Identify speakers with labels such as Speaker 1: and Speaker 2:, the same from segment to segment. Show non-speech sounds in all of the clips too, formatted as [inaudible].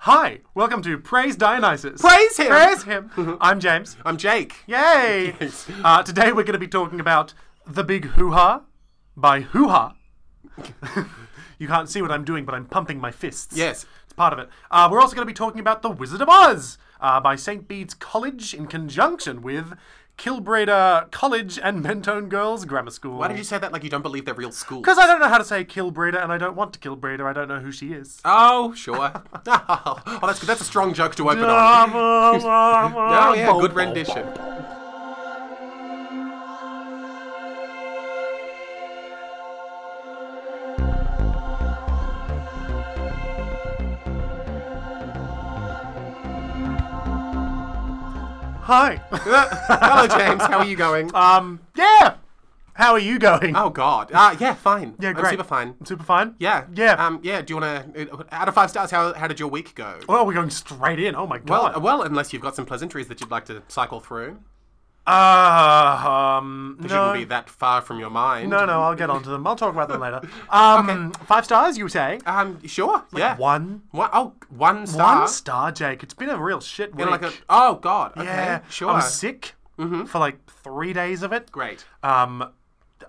Speaker 1: Hi, welcome to Praise Dionysus.
Speaker 2: Praise him. Uh-huh.
Speaker 1: Praise
Speaker 2: [laughs]
Speaker 1: him. I'm James.
Speaker 2: I'm Jake. [laughs]
Speaker 1: Yay! Uh, today we're going to be talking about The Big Hoo Ha by Hoo Ha. [laughs] you can't see what I'm doing, but I'm pumping my fists.
Speaker 2: Yes.
Speaker 1: It's part of it. Uh, we're also going to be talking about The Wizard of Oz uh, by St. Bede's College in conjunction with Kilbreda College and Mentone Girls Grammar School.
Speaker 2: Why did you say that like you don't believe they're real schools?
Speaker 1: Because I don't know how to say Kilbreda and I don't want to Kilbreda. I don't know who she is. [laughs]
Speaker 2: Oh, sure. [laughs] oh, that's good. That's a strong joke to open on. Uh, [laughs] Oh,
Speaker 1: [laughs] oh,
Speaker 2: yeah, good rendition. [laughs]
Speaker 1: Hi.
Speaker 2: Hello, James. How are you going?
Speaker 1: Um, yeah. How are you going?
Speaker 2: oh, God. Uh, yeah, fine.
Speaker 1: yeah,
Speaker 2: I'm
Speaker 1: great.
Speaker 2: super fine.
Speaker 1: Super fine?
Speaker 2: Yeah.
Speaker 1: Yeah.
Speaker 2: Um, yeah, do you want to... Out of five stars, how, how did your week go?
Speaker 1: well, we're going straight in. Oh my god.
Speaker 2: Well, well, unless you've got some pleasantries that you'd like to cycle through.
Speaker 1: uh, um,
Speaker 2: It
Speaker 1: no,
Speaker 2: shouldn't be that far from your mind.
Speaker 1: no,
Speaker 2: [laughs]
Speaker 1: no. I'll get onto them. I'll talk about them later. Um, five stars, you say?
Speaker 2: Um, sure, yeah.
Speaker 1: One,
Speaker 2: One- oh, one star.
Speaker 1: one star, Jake. It's been a real shit week.
Speaker 2: And like a, oh, God. Okay,
Speaker 1: yeah,
Speaker 2: sure. Mm-hmm.
Speaker 1: I was sick for like three days of it.
Speaker 2: Great.
Speaker 1: Um,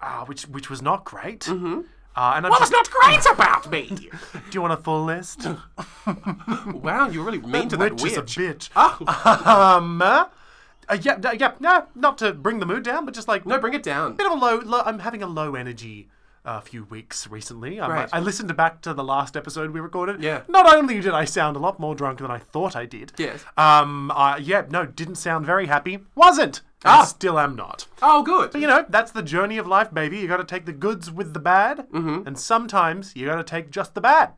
Speaker 1: uh, which which was not great. Mm-hmm. Uh, and I'm
Speaker 2: What
Speaker 1: just,
Speaker 2: was not great about me?
Speaker 1: do you want a full
Speaker 2: [laughs]
Speaker 1: list?
Speaker 2: wow, you're really mean to that
Speaker 1: Which
Speaker 2: witch.
Speaker 1: is a bitch.
Speaker 2: oh,
Speaker 1: [laughs] Um, uh, uh, yeah, no, yeah, no, not to bring the mood down, but just like
Speaker 2: no, bring it down.
Speaker 1: bit of a low, low. I'm having a low energy. A few weeks recently, I'm-
Speaker 2: Right.
Speaker 1: I listened back to the last episode we recorded.
Speaker 2: Yeah.
Speaker 1: Not only did I sound a lot more drunk than I thought I did.
Speaker 2: Yes.
Speaker 1: Um. I yeah. No. Didn't sound very happy. Wasn't. I
Speaker 2: Ah.
Speaker 1: Still am not.
Speaker 2: Oh, good. [laughs]
Speaker 1: You know, that's the journey of life, baby. You got to take the goods with the bad,
Speaker 2: Mm-hmm.
Speaker 1: and sometimes you got to take just the bad,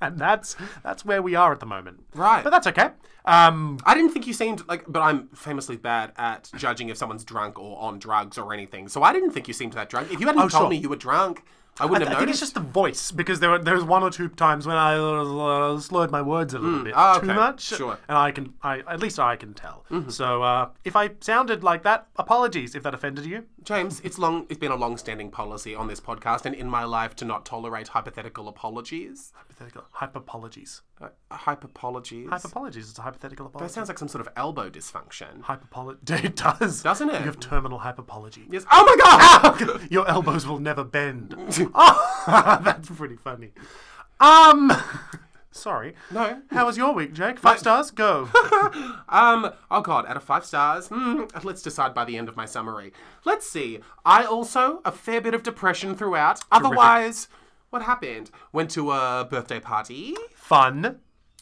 Speaker 1: and that's that's where we are at the moment.
Speaker 2: Right.
Speaker 1: But that's okay. Um.
Speaker 2: I didn't think you seemed like, but I'm famously bad at judging if someone's drunk or on drugs or anything. So I didn't think you seemed that drunk. If you hadn't told
Speaker 1: Oh, sure.
Speaker 2: me you were drunk, I wouldn't
Speaker 1: I
Speaker 2: have
Speaker 1: think it's just
Speaker 2: noticed.
Speaker 1: the voice because there were, there was one or two times when I uh, slurred my words a little bit
Speaker 2: ah,
Speaker 1: too
Speaker 2: okay,
Speaker 1: much,
Speaker 2: sure. Mm-hmm.
Speaker 1: and I can I at least I can tell. So uh, if I sounded like that, apologies if that offended you.
Speaker 2: James, it's long. It's been a long-standing policy on this podcast and in my life to not tolerate hypothetical apologies.
Speaker 1: Hypothetical hyperpologies.
Speaker 2: Uh, hype apologies.
Speaker 1: Hyperpologies. It's a hypothetical apology.
Speaker 2: that sounds like some sort of elbow dysfunction.
Speaker 1: Hyperpolo- [laughs] it does.
Speaker 2: Doesn't it?
Speaker 1: You have terminal hyperpology.
Speaker 2: Yes. Oh my god!
Speaker 1: [laughs]
Speaker 2: [laughs]
Speaker 1: Your elbows will never bend. oh, [laughs] that's pretty funny. Um, [laughs] sorry.
Speaker 2: No.
Speaker 1: How was your week, Jake? Five stars.
Speaker 2: [laughs]
Speaker 1: Go.
Speaker 2: Um, oh god, out of five stars, hmm, let's decide by the end of my summary. Let's see. I also, a fair bit of depression throughout. Otherwise, what happened? Went to a birthday party.
Speaker 1: Fun.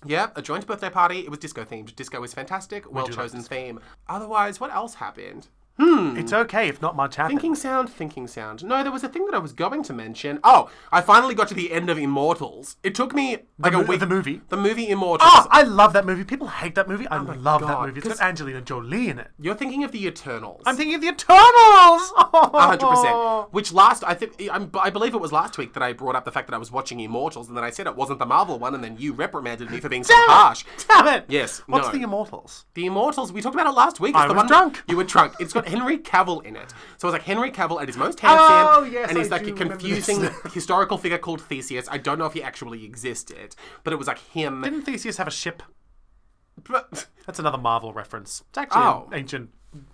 Speaker 2: Yep, a joint birthday party. It was disco themed. Disco is fantastic, well chosen theme. Otherwise, what else happened?
Speaker 1: It's okay if not much happens.
Speaker 2: Hmm. Thinking sound, thinking sound. No, there was a thing that I was going to mention. Oh, I finally got to the end of Immortals. It took me like a
Speaker 1: mo-
Speaker 2: week.
Speaker 1: the movie?
Speaker 2: The movie Immortals.
Speaker 1: Oh, I love that movie. People hate that movie. I love that
Speaker 2: Oh God,
Speaker 1: movie. It's got
Speaker 2: 'cause-
Speaker 1: Angelina Jolie in it.
Speaker 2: You're thinking of the Eternals.
Speaker 1: I'm thinking of the Eternals. [laughs]
Speaker 2: hundred percent. Which last, I think, I'm, I believe it was last week that I brought up the fact that I was watching Immortals, and then I said it wasn't the Marvel one, and then you reprimanded me for being so harsh.
Speaker 1: [laughs] Damn it.
Speaker 2: Yes,
Speaker 1: What's
Speaker 2: no.
Speaker 1: the Immortals?
Speaker 2: The Immortals, we talked about it last week. It's
Speaker 1: I
Speaker 2: the
Speaker 1: was
Speaker 2: one
Speaker 1: drunk.
Speaker 2: You were drunk. It's got Henry Cavill in it, so it's like Henry Cavill at his most handsome,
Speaker 1: Oh, yes,
Speaker 2: and he's
Speaker 1: I
Speaker 2: like
Speaker 1: do
Speaker 2: a
Speaker 1: remember this. [laughs]
Speaker 2: confusing historical figure called Theseus. I don't know if he actually existed, but it was like him.
Speaker 1: Didn't Theseus have a ship?
Speaker 2: But-
Speaker 1: That's another Marvel reference. It's actually
Speaker 2: Oh.
Speaker 1: an ancient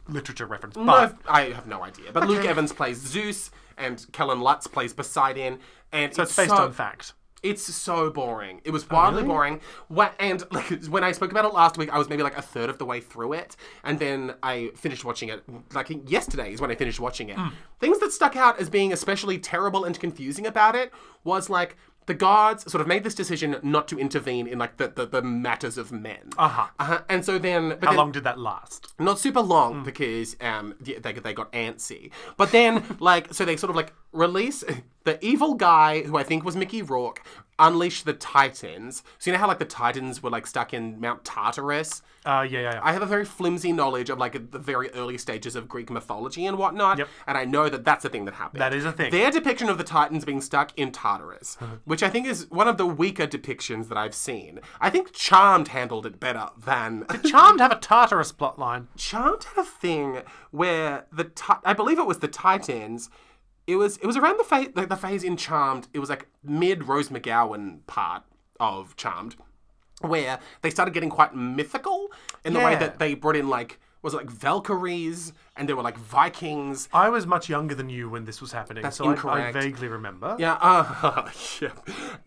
Speaker 1: literature reference.
Speaker 2: No,
Speaker 1: but-
Speaker 2: I've- I have no idea. But Luke Evans plays Zeus, and Kellen Lutz plays Poseidon, and
Speaker 1: so it's based on fact.
Speaker 2: It's so boring. It
Speaker 1: Oh,
Speaker 2: was wildly boring. What and like when I spoke about it last week, I was maybe like a third of the way through it, and then I finished watching it. Like yesterday is when I finished watching it.
Speaker 1: Hmm.
Speaker 2: Things that stuck out as being especially terrible and confusing about it was like the gods sort of made this decision not to intervene in like the the, the matters of men.
Speaker 1: Uh-huh.
Speaker 2: Uh-huh. And so then, but
Speaker 1: How
Speaker 2: then
Speaker 1: long did that last?
Speaker 2: not super
Speaker 1: Hmm.
Speaker 2: long because um they, they they got antsy. But then
Speaker 1: [laughs]
Speaker 2: like so they sort of like release the evil guy who I think was Mickey Rourke unleash the Titans. So you know how like the Titans were like stuck in Mount Tartarus.
Speaker 1: Uh, yeah, yeah, yeah.
Speaker 2: I have a very flimsy knowledge of like the very early stages of Greek mythology and whatnot,
Speaker 1: Yep.
Speaker 2: and I know that that's a thing that happened.
Speaker 1: That is a thing. Uh-huh.
Speaker 2: Their depiction of the Titans being stuck in Tartarus,
Speaker 1: [laughs]
Speaker 2: which I think is one of the weaker depictions that I've seen. I think Charmed handled it better
Speaker 1: [laughs]
Speaker 2: than
Speaker 1: Charmed have a Tartarus plotline.
Speaker 2: Charmed had a thing where the Ti- I believe it was the Titans. It was it was around the phase like the phase in Charmed. It was like mid Rose McGowan part of Charmed, where they started getting quite mythical in the way
Speaker 1: Yeah.
Speaker 2: that they brought in like was it like Valkyries and there were like Vikings.
Speaker 1: I was much younger than you when this was happening, so I- I,
Speaker 2: incorrect.
Speaker 1: vaguely remember.
Speaker 2: Yeah, uh, [laughs] yeah.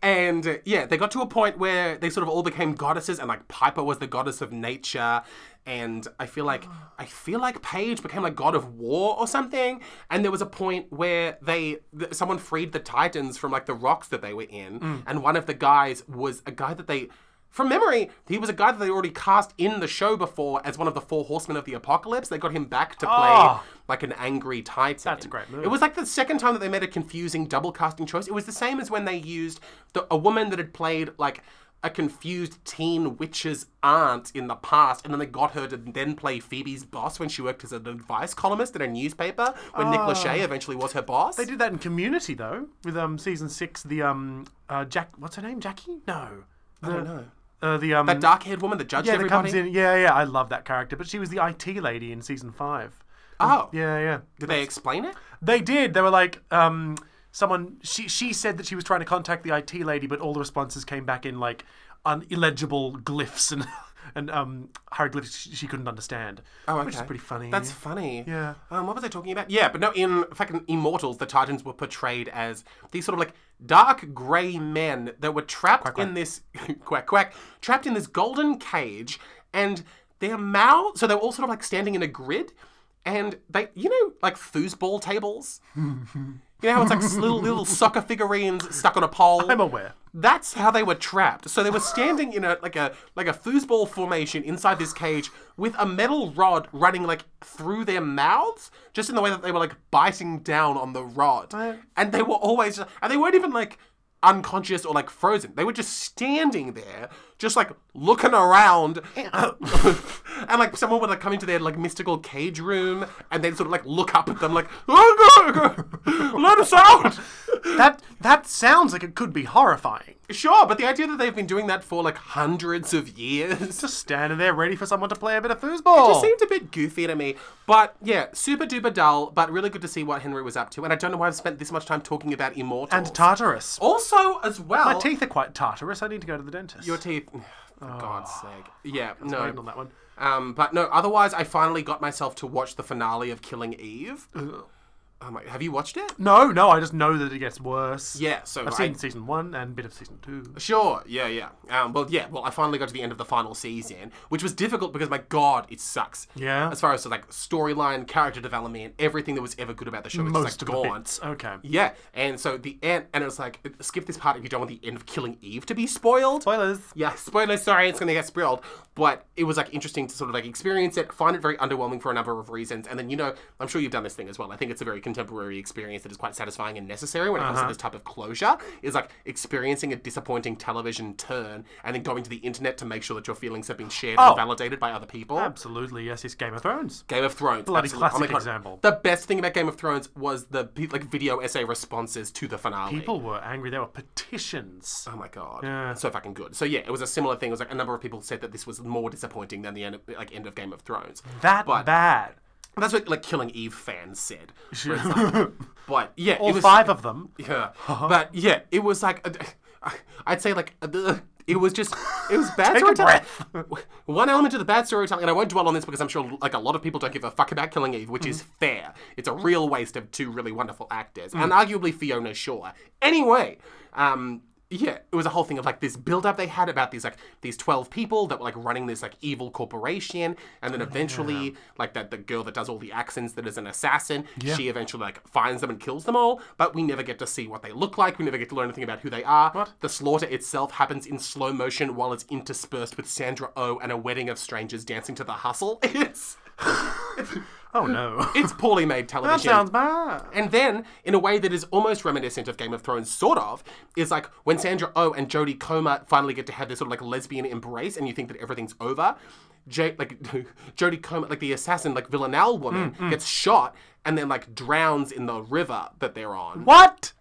Speaker 2: And uh, yeah, they got to a point where they sort of all became goddesses, and like Piper was the goddess of nature, and I feel like I feel like Paige became like god of war or something. And there was a point where they th- someone freed the Titans from like the rocks that they were in,
Speaker 1: Mm.
Speaker 2: and one of the guys was a guy that they. From memory, he was a guy that they already cast in the show before as one of the four horsemen of the apocalypse. They got him back to play
Speaker 1: Ah.
Speaker 2: like an angry titan. That's
Speaker 1: a great move.
Speaker 2: It was like the second time that they made a confusing double casting choice. It was the same as when they used the, a woman that had played like a confused teen witch's aunt in the past, and then they got her to then play Phoebe's boss when she worked as an advice columnist in a newspaper when Nick Lachey eventually was her boss.
Speaker 1: Oh. They did that in Community though, with um season six. The um uh Jack, what's her name? Jackie? No, the, I don't
Speaker 2: know.
Speaker 1: Uh, the um
Speaker 2: that dark haired woman that judged
Speaker 1: yeah that
Speaker 2: everybody.
Speaker 1: comes in. Yeah, yeah. I love that character, but she was the IT lady in season five.
Speaker 2: Oh.
Speaker 1: Yeah, yeah.
Speaker 2: Did they explain it?
Speaker 1: They did. They were like, um, someone. She she said that she was trying to contact the IT lady, but all the responses came back in like unillegible glyphs and [laughs] and um, hieroglyphs she, she couldn't understand.
Speaker 2: Oh, okay.
Speaker 1: Which is pretty funny.
Speaker 2: That's funny.
Speaker 1: Yeah.
Speaker 2: Um, what was I talking about? Yeah, but no, in fucking Immortals, the Titans were portrayed as these sort of like dark grey men that were trapped in this [laughs] quack quack, trapped in this golden cage, and their mouths. So they were all sort of like standing in a grid, and they, you know, like foosball
Speaker 1: [laughs]
Speaker 2: tables. You know how it's like s- little little soccer figurines stuck on a
Speaker 1: [laughs]
Speaker 2: pole.
Speaker 1: I'm aware.
Speaker 2: That's how they were trapped. So they were standing in a like a like a foosball formation inside this cage with a metal rod running like through their mouths, just in the way that they were like biting down on the rod. And they were always just, and they weren't even like unconscious or like frozen. They were just standing there, just like looking around. [laughs] and like someone would like come into their like mystical cage room and they'd sort of like look up at them like, oh god, let us out.
Speaker 1: That that sounds like it could be horrifying.
Speaker 2: Sure, but the idea that they've been doing that for like hundreds of years [laughs]
Speaker 1: Just standing there ready for someone to play a bit of foosball.
Speaker 2: just seemed a bit goofy to me. But yeah, super duper dull, but really good to see what Henry was up to. And I don't know why I've spent this much time talking about Immortals.
Speaker 1: and Tartarus.
Speaker 2: also, as well,
Speaker 1: My teeth Ah. are quite Tartarus. I need to go to the dentist.
Speaker 2: Your teeth. [sighs] For God's sake. Yeah,
Speaker 1: Waiting on
Speaker 2: no.
Speaker 1: that one.
Speaker 2: Um, but no, otherwise, I finally got myself to watch the finale of Killing Eve. Oh my, have you watched it?
Speaker 1: No, no. I just know that it gets worse.
Speaker 2: Yeah, so
Speaker 1: I've
Speaker 2: I-
Speaker 1: seen season one and a bit of season two.
Speaker 2: Sure, yeah, yeah. Um, well, yeah, well, I finally got to the end of the final season, which was difficult because, my God, it sucks.
Speaker 1: Yeah.
Speaker 2: As far as like storyline, character development, everything that was ever good about the show, it's
Speaker 1: Most
Speaker 2: just
Speaker 1: of
Speaker 2: like,
Speaker 1: the
Speaker 2: gone.
Speaker 1: bits. Okay.
Speaker 2: Yeah, and so the end, and it was like, skip this part if you don't want the end of Killing Eve to be spoiled.
Speaker 1: Spoilers.
Speaker 2: Yeah, spoiler, sorry, it's gonna get spoiled. But it was like interesting to sort of like experience it, find it very underwhelming for a number of reasons. And then, you know, I'm sure you've done this thing as well. I think it's a very contemporary experience that is quite satisfying and necessary when it
Speaker 1: Uh-huh.
Speaker 2: comes to this type of closure, is like experiencing a disappointing television turn and then going to the internet to make sure that your feelings have been shared
Speaker 1: Oh.
Speaker 2: and validated by other people.
Speaker 1: Absolutely, yes, it's Game of Thrones.
Speaker 2: Game of Thrones.
Speaker 1: Bloody
Speaker 2: absolutely.
Speaker 1: classic
Speaker 2: God.
Speaker 1: example.
Speaker 2: The best thing about Game of Thrones was the pe- like video essay responses to the finale.
Speaker 1: People were angry. There were petitions.
Speaker 2: Oh my god,
Speaker 1: Yeah.
Speaker 2: so fucking good. So yeah, it was a similar thing. It was like a number of people said that this was more disappointing than the end, of, like end of Game of Thrones.
Speaker 1: That
Speaker 2: [laughs]
Speaker 1: bad.
Speaker 2: That's what like Killing Eve fans said. Where it's like- but yeah,
Speaker 1: [laughs] All
Speaker 2: it was,
Speaker 1: five
Speaker 2: [laughs]
Speaker 1: of them.
Speaker 2: Yeah, but yeah, it was like uh, I'd say like uh, it was just it was
Speaker 1: [laughs]
Speaker 2: bad
Speaker 1: Take a
Speaker 2: storytelling. [laughs] One element of the bad storytelling, and I won't dwell on this because I'm sure like a lot of people don't give a fuck about Killing Eve, which
Speaker 1: Mm-hmm.
Speaker 2: is fair. It's a real waste of two really wonderful actors, and
Speaker 1: Mm.
Speaker 2: arguably Fiona Shaw. Anyway, um, yeah, it was a whole thing of like this build-up they had about these like these twelve people that were like running this like evil corporation, and then eventually like that the girl that does all the accents that is an assassin, she eventually like finds them and kills them all. But we never get to see what they look like. We never get to learn anything about who they are. The slaughter itself happens in slow motion while it's interspersed with Sandra O oh and a wedding of strangers dancing to the hustle. [laughs] It's
Speaker 1: Oh
Speaker 2: [laughs]
Speaker 1: no.
Speaker 2: it's poorly made television.
Speaker 1: that sounds bad.
Speaker 2: And then, in a way that is almost reminiscent of Game of Thrones, sort of, is like when Sandra Oh and Jodie Comer finally get to have this sort of like lesbian embrace, and you think that everything's over. J- like [laughs] Jodie Comer, like the assassin, like Villanelle woman, gets shot and then like drowns in the river that they're on.
Speaker 1: What?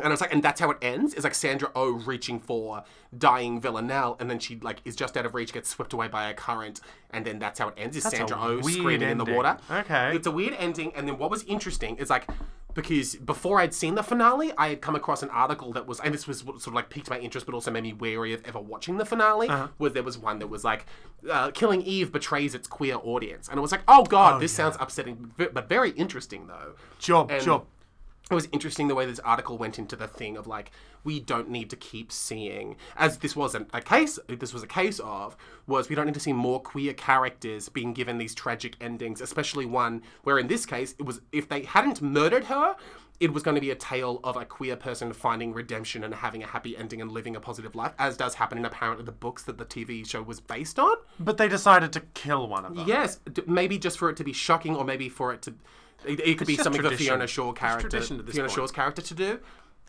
Speaker 2: And it's like, and that's how it ends. It's like Sandra O oh reaching for dying Villanelle, and then she like is just out of reach, gets swept away by a current, and then that's how it ends. Is Sandra O oh
Speaker 1: weird
Speaker 2: screaming in the
Speaker 1: ending.
Speaker 2: water?
Speaker 1: Okay.
Speaker 2: it's a weird ending. And then what was interesting is like, because before I'd seen the finale, I had come across an article that was, and this was what sort of like piqued my interest, but also made me wary of ever watching the finale.
Speaker 1: Uh-huh.
Speaker 2: Was there was one that was like, uh, "Killing Eve betrays its queer audience," and I was like, "Oh God, this sounds upsetting, v- but very interesting though."
Speaker 1: Sure,
Speaker 2: And
Speaker 1: sure.
Speaker 2: It was interesting the way this article went into the thing of like we don't need to keep seeing as this wasn't a case this was a case of was we don't need to see more queer characters being given these tragic endings especially one where in this case it was if they hadn't murdered her it was going to be a tale of a queer person finding redemption and having a happy ending and living a positive life as does happen in apparently the books that the TV show was based on
Speaker 1: But they decided to kill one of them.
Speaker 2: yes d- maybe just for it to be shocking or maybe for it to it, it could be
Speaker 1: just
Speaker 2: something for
Speaker 1: tradition.
Speaker 2: Fiona Shaw
Speaker 1: It's
Speaker 2: character
Speaker 1: tradition at this
Speaker 2: Fiona
Speaker 1: point. Mm.
Speaker 2: Shaw's character to do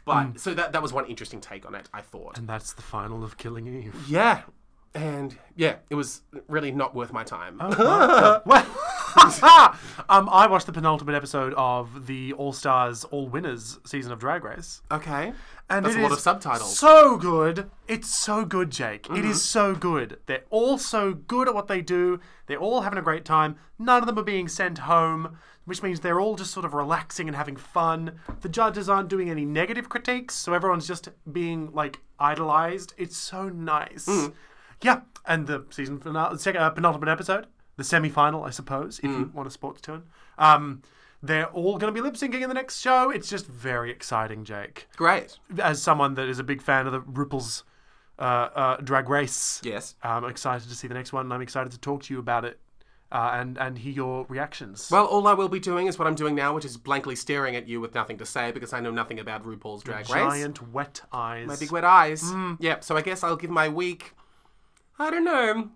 Speaker 2: but so that that was one interesting take on it I thought
Speaker 1: And that's the final of Killing Eve.
Speaker 2: yeah and yeah it was really not worth my time
Speaker 1: Oh,
Speaker 2: [laughs]
Speaker 1: Well, [laughs] um, I watched the penultimate episode of the All Stars, All Winners season of Drag Race.
Speaker 2: okay
Speaker 1: And
Speaker 2: that's
Speaker 1: it
Speaker 2: a lot
Speaker 1: is
Speaker 2: of subtitles Mm-hmm.
Speaker 1: So good. It's so good, Jake. It is so good. They're all so good at what they do. They're all having a great time. None of them are being sent home, which means they're all just sort of relaxing and having fun. The judges aren't doing any negative critiques, so everyone's just being like idolized. It's so nice.
Speaker 2: Mm.
Speaker 1: Yeah, and the season finale, second uh, penultimate episode, the semi-final, I suppose, if
Speaker 2: Mm.
Speaker 1: you want a sports turn. Um, they're all going to be lip syncing in the next show. It's just very exciting, Jake
Speaker 2: great
Speaker 1: as someone that is a big fan of the RuPaul's uh, uh, Drag Race,
Speaker 2: yes
Speaker 1: I'm excited to see the next one, and I'm excited to talk to you about it uh, and and hear your reactions.
Speaker 2: well all I will be doing is what I'm doing now which is blankly staring at you with nothing to say because I know nothing about RuPaul's Drag Race
Speaker 1: Giant Mm. wet eyes.
Speaker 2: My big wet eyes. Yep. So I guess I'll give my week, I don't know,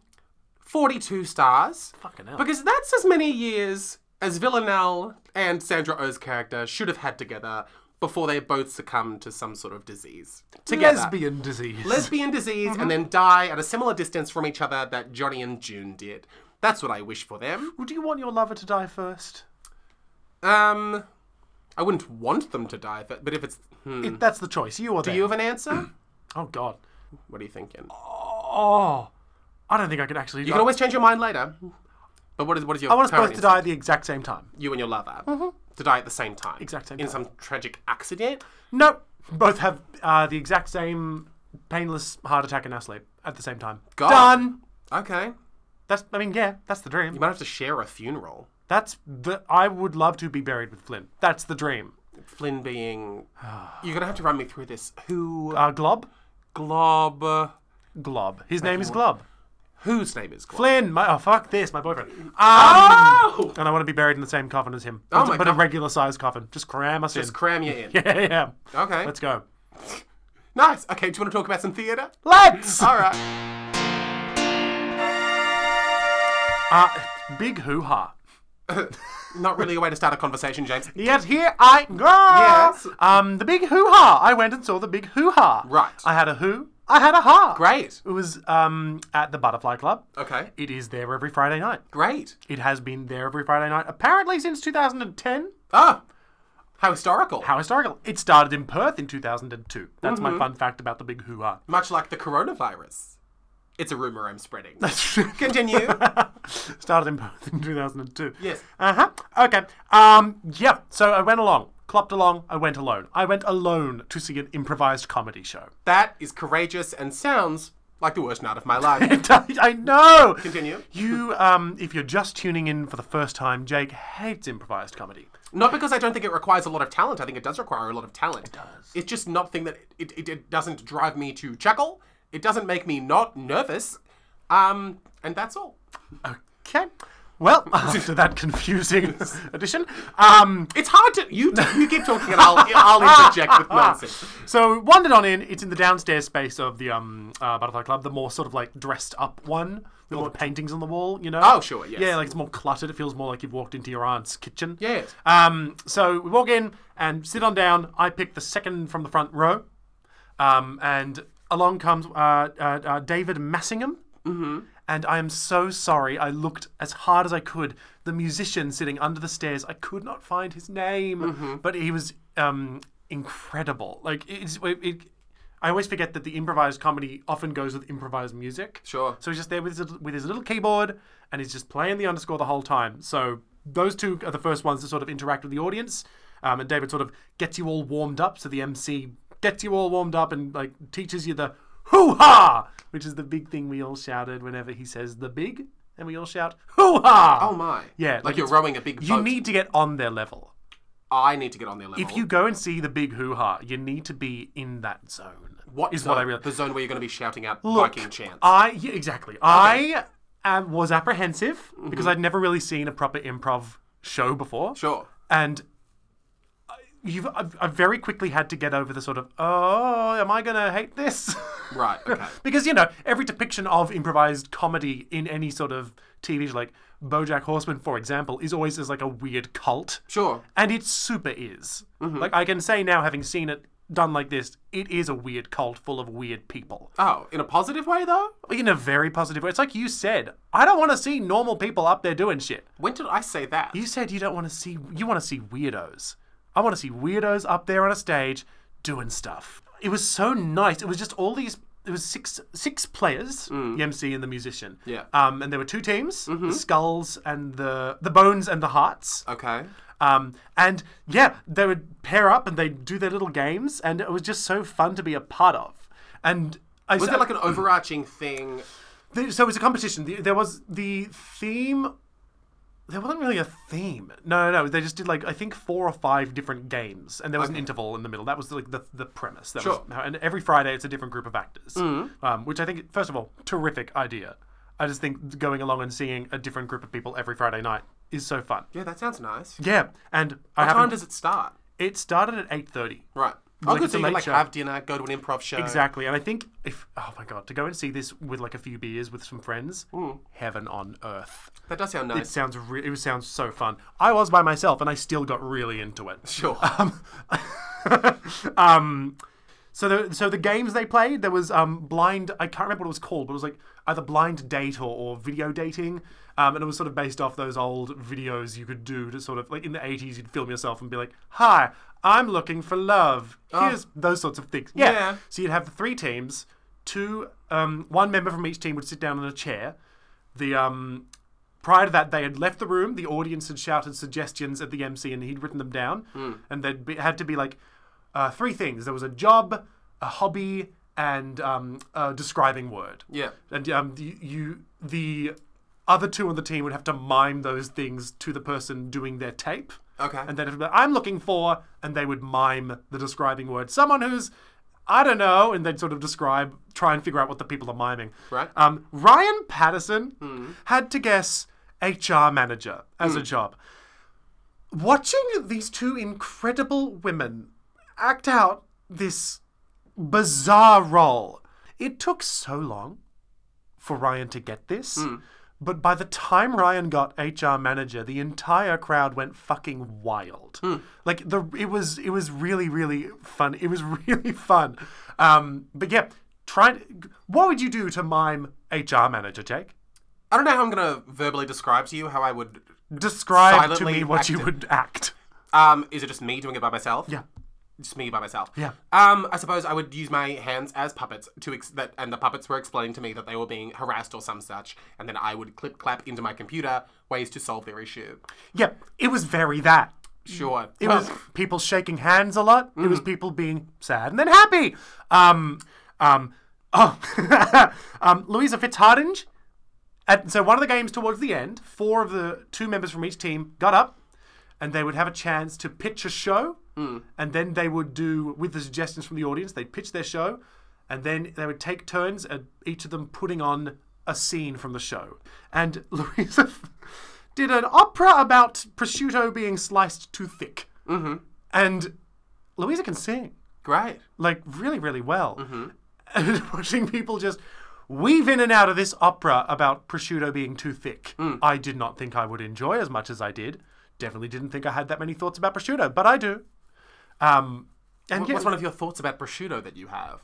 Speaker 2: 42 stars.
Speaker 1: Fucking hell.
Speaker 2: Because that's as many years as Villanelle and Sandra O's character should have had together before they both succumbed to some sort of disease. Together.
Speaker 1: Lesbian Mm-hmm. disease.
Speaker 2: Lesbian disease and then die at a similar distance from each other that Johnny and June did. That's what I wish for them.
Speaker 1: Would you want your lover to die first?
Speaker 2: Um, I wouldn't want them to die, but, but if it's. Hmm.
Speaker 1: If that's the choice, you or
Speaker 2: Do you have an answer?
Speaker 1: Oh God.
Speaker 2: what are you thinking?
Speaker 1: Oh, I don't think I could actually.
Speaker 2: You can always change your mind later. But what is what is your?
Speaker 1: I want us
Speaker 2: current
Speaker 1: both to die Mm-hmm. at the exact same time.
Speaker 2: instinct? You and your lover to die at the same time.
Speaker 1: Exact same
Speaker 2: In
Speaker 1: time.
Speaker 2: some tragic accident.
Speaker 1: No, both have uh, the exact same painless heart attack in our sleep at the same time.
Speaker 2: God.
Speaker 1: Done.
Speaker 2: Okay. You
Speaker 1: That's. I mean, yeah, that's the dream.
Speaker 2: might have to share a funeral.
Speaker 1: That's the I would love to be buried with Flynn. That's the dream.
Speaker 2: Flynn [sighs] being. You're gonna have to run me through this. Who?
Speaker 1: Uh, Glob,
Speaker 2: Glob.
Speaker 1: Glob. His name is Glob.
Speaker 2: Whose name is Glob?
Speaker 1: Flynn. My oh fuck this, my boyfriend. Um,
Speaker 2: Oh!
Speaker 1: And I want to be buried in the same coffin as him.
Speaker 2: Oh my
Speaker 1: but a
Speaker 2: God.
Speaker 1: regular sized coffin. Just cram us
Speaker 2: Just cram you [laughs] in.
Speaker 1: in. [laughs] Yeah, yeah.
Speaker 2: Okay.
Speaker 1: Let's go.
Speaker 2: Nice. Okay. Do you want to talk about some [laughs] theatre?
Speaker 1: Let's.
Speaker 2: All right.
Speaker 1: Uh, big hoo ha.
Speaker 2: Not really a way to start a conversation, James.
Speaker 1: Yet here I go. Yes. Um, the big hoo ha. I went and saw the big hoo ha.
Speaker 2: Right.
Speaker 1: I had a who. I had a ha.
Speaker 2: Great. Oh.
Speaker 1: It was um at the Butterfly Club.
Speaker 2: Okay.
Speaker 1: It is there every Friday night.
Speaker 2: Great.
Speaker 1: It has been there every Friday night, apparently since 2010.
Speaker 2: Oh, how historical.
Speaker 1: How historical. It started in Perth in 2002. That's
Speaker 2: Mm-hmm.
Speaker 1: my fun fact about the big hoo ha.
Speaker 2: Much like the coronavirus. It's a rumor I'm [laughs] spreading. Continue.
Speaker 1: [laughs] started in Perth in 2002.
Speaker 2: Yes.
Speaker 1: Uh huh. Okay. Um, yeah. So I went along, clopped along, I went alone. I went alone to see an improvised comedy show. [laughs]
Speaker 2: That is courageous and sounds like the worst night of my [laughs] life.
Speaker 1: I know!
Speaker 2: Continue.
Speaker 1: You, um, if you're just tuning in for the first time, Jake hates improvised comedy.
Speaker 2: not because I don't think it requires a lot of talent. I think it does require a lot of talent. It does. It's just not thing that it, it, it doesn't drive me to chuckle. It doesn't make me not nervous. Um, and that's all.
Speaker 1: Okay.
Speaker 2: [laughs]
Speaker 1: Well, after that confusing [laughs] edition, um,
Speaker 2: It's hard to you you keep talking
Speaker 1: [laughs]
Speaker 2: and I'll I'll interject with nonsense.
Speaker 1: So wandered on in. It's in the downstairs space of the um, uh, Butterfly Club, the more sort of like dressed up one with all the paintings on the wall. You know?
Speaker 2: Oh, sure, yes.
Speaker 1: Yeah, like it's more cluttered. It feels more like you've walked into your aunt's kitchen.
Speaker 2: Yes.
Speaker 1: Um. So we walk in and sit on down. I pick the second from the front row. Um. And along comes uh, uh, uh David Massingham. Mm-hmm. And I am so sorry. I looked as hard as I could. The musician sitting under the stairs. I could not find his name, but he was um, incredible. Like it's, it, it, I always forget that the improvised comedy often goes with improvised music.
Speaker 2: Sure.
Speaker 1: So he's just there with his, with his little keyboard, and he's just playing the underscore the whole time. So those two are the first ones to sort of interact with the audience. Um, and David sort of gets you all warmed up. So the MC gets you all warmed up and like teaches you the hoo ha, which is the big thing we all shouted whenever he says the big, and we all shout hoo ha.
Speaker 2: Oh my.
Speaker 1: Yeah,
Speaker 2: Like,
Speaker 1: like
Speaker 2: you're
Speaker 1: it's-
Speaker 2: rowing a big boat.
Speaker 1: You need to get on their level.
Speaker 2: I need to get on their level.
Speaker 1: If you go and see the big hoo ha, you need to be in that zone.
Speaker 2: what
Speaker 1: is
Speaker 2: zone?
Speaker 1: what I realized.
Speaker 2: The zone where you're going to be shouting out Viking chants.
Speaker 1: I yeah, exactly. I um, was apprehensive because I'd never really seen a proper improv show before.
Speaker 2: Mm-hmm. sure.
Speaker 1: and I- you've I've, I've very quickly had to get over the sort of oh, am I gonna hate this? [laughs]
Speaker 2: Right. Okay.
Speaker 1: because you know every depiction of improvised comedy in any sort of TV show, like BoJack Horseman, for example, is always as like a weird cult.
Speaker 2: Sure. Mm-hmm.
Speaker 1: And it super is. Like I can say now, having seen it done like this, it is a weird cult full of weird people.
Speaker 2: Oh, in a positive way though.
Speaker 1: In a very positive way. It's like you said, I don't want to see normal people up there doing shit.
Speaker 2: When did I say that?
Speaker 1: You said you don't want to see. You want to see weirdos. I want to see weirdos up there on a stage doing stuff. It was so nice. It was just all these. It was six six players, the MC and the musician.
Speaker 2: Mm. Yeah. Mm-hmm.
Speaker 1: Um, and there were two teams: the skulls and the the bones and the hearts.
Speaker 2: Okay.
Speaker 1: Um, and yeah, they would pair up and they'd do their little games, and it was just so fun to be a part of. And I
Speaker 2: Was
Speaker 1: [clears throat]
Speaker 2: there like an overarching thing?
Speaker 1: there- so it was a competition. The- There was the theme. There wasn't really a theme. No, no, no. They just did like I think four or five different games, and there was an interval in the middle. That was like the the premise. That
Speaker 2: Sure. Mm-hmm.
Speaker 1: Was how, and every Friday, it's a different group of actors, um, which I think, first of all, terrific idea. I just think going along and seeing a different group of people every Friday night is so fun.
Speaker 2: Yeah, that sounds nice.
Speaker 1: Yeah, and I
Speaker 2: What time
Speaker 1: haven't.
Speaker 2: does it start?
Speaker 1: it started at eight thirty.
Speaker 2: Right. Oh,
Speaker 1: Like,
Speaker 2: good.
Speaker 1: it's a
Speaker 2: So you can
Speaker 1: late
Speaker 2: like
Speaker 1: show.
Speaker 2: have dinner, go to an improv show.
Speaker 1: Exactly, and I think if oh my god, to go and see this with like a few beers with some friends,
Speaker 2: Mm.
Speaker 1: heaven on earth.
Speaker 2: That does sound
Speaker 1: It
Speaker 2: nice.
Speaker 1: sounds re- it sounds so fun. I was by myself and I still got really into it. [laughs]
Speaker 2: [laughs] Sure.
Speaker 1: Um, um, so the so the games they played there was um blind I can't remember what it was called but it was like either blind date or, or video dating um, and it was sort of based off those old videos you could do to sort of like in the eighties you'd film yourself and be like hi I'm looking for love here's those sorts of things yeah.
Speaker 2: Yeah.
Speaker 1: so you'd have the three teams two um one member from each team would sit down in a chair the um prior to that they had left the room the audience had shouted suggestions at the mc and he'd written them down and they'd be, had to be like uh, three things there was a job a hobby and um, a describing word
Speaker 2: yeah.
Speaker 1: and um, you, you the other two on the team would have to mime those things to the person doing their tape
Speaker 2: Okay.
Speaker 1: and then it'd be like, I'm looking for, and they would mime the describing word. Someone who's, I don't know, and they'd sort of describe, try and figure out what the people are miming.
Speaker 2: Right.
Speaker 1: Um, Ryan Patterson had to guess HR manager as a job. Watching these two incredible women act out this bizarre role, it took so long for Ryan to get this. But by the time Ryan got HR manager, the entire crowd went fucking wild. Like the it was it was really really fun. It was [laughs] really fun. Um, but yeah, try. What would you do to mime HR manager, Jake?
Speaker 2: I don't know how I'm going to verbally describe to you how I would.
Speaker 1: Describe to
Speaker 2: Silently
Speaker 1: me what you
Speaker 2: acted.
Speaker 1: would act.
Speaker 2: Um, is it just me doing it by myself?
Speaker 1: Yeah.
Speaker 2: Just me by myself.
Speaker 1: Yeah.
Speaker 2: Um, I suppose I would use my hands as puppets to ex- that, and the puppets were explaining to me that they were being harassed or some such, and then I would clip clap into my computer ways to solve their issue.
Speaker 1: Yeah, it was very that.
Speaker 2: Sure.
Speaker 1: It was people shaking hands a lot. It was people being sad and then happy. Um, um, oh, [laughs] um, Louisa Fitzhardinge. At, so one of the games towards the end, four of the two members from each team got up, and they would have a chance to pitch a show, and then they would do with the suggestions from the audience. They'd pitch their show, and then they would take turns at each of them putting on a scene from the show. And [laughs] Louisa did an opera about prosciutto being sliced too thick, mm-hmm. and Louisa can sing
Speaker 2: great.
Speaker 1: like really, really well.
Speaker 2: Mm-hmm.
Speaker 1: And [laughs] watching people just weave in and out of this opera about prosciutto being too thick,
Speaker 2: Mm.
Speaker 1: I did not think I would enjoy as much as I did. Definitely didn't think I had that many thoughts about prosciutto, but I do. Um, and
Speaker 2: What-
Speaker 1: yeah,
Speaker 2: What's one of your thoughts about prosciutto that you have?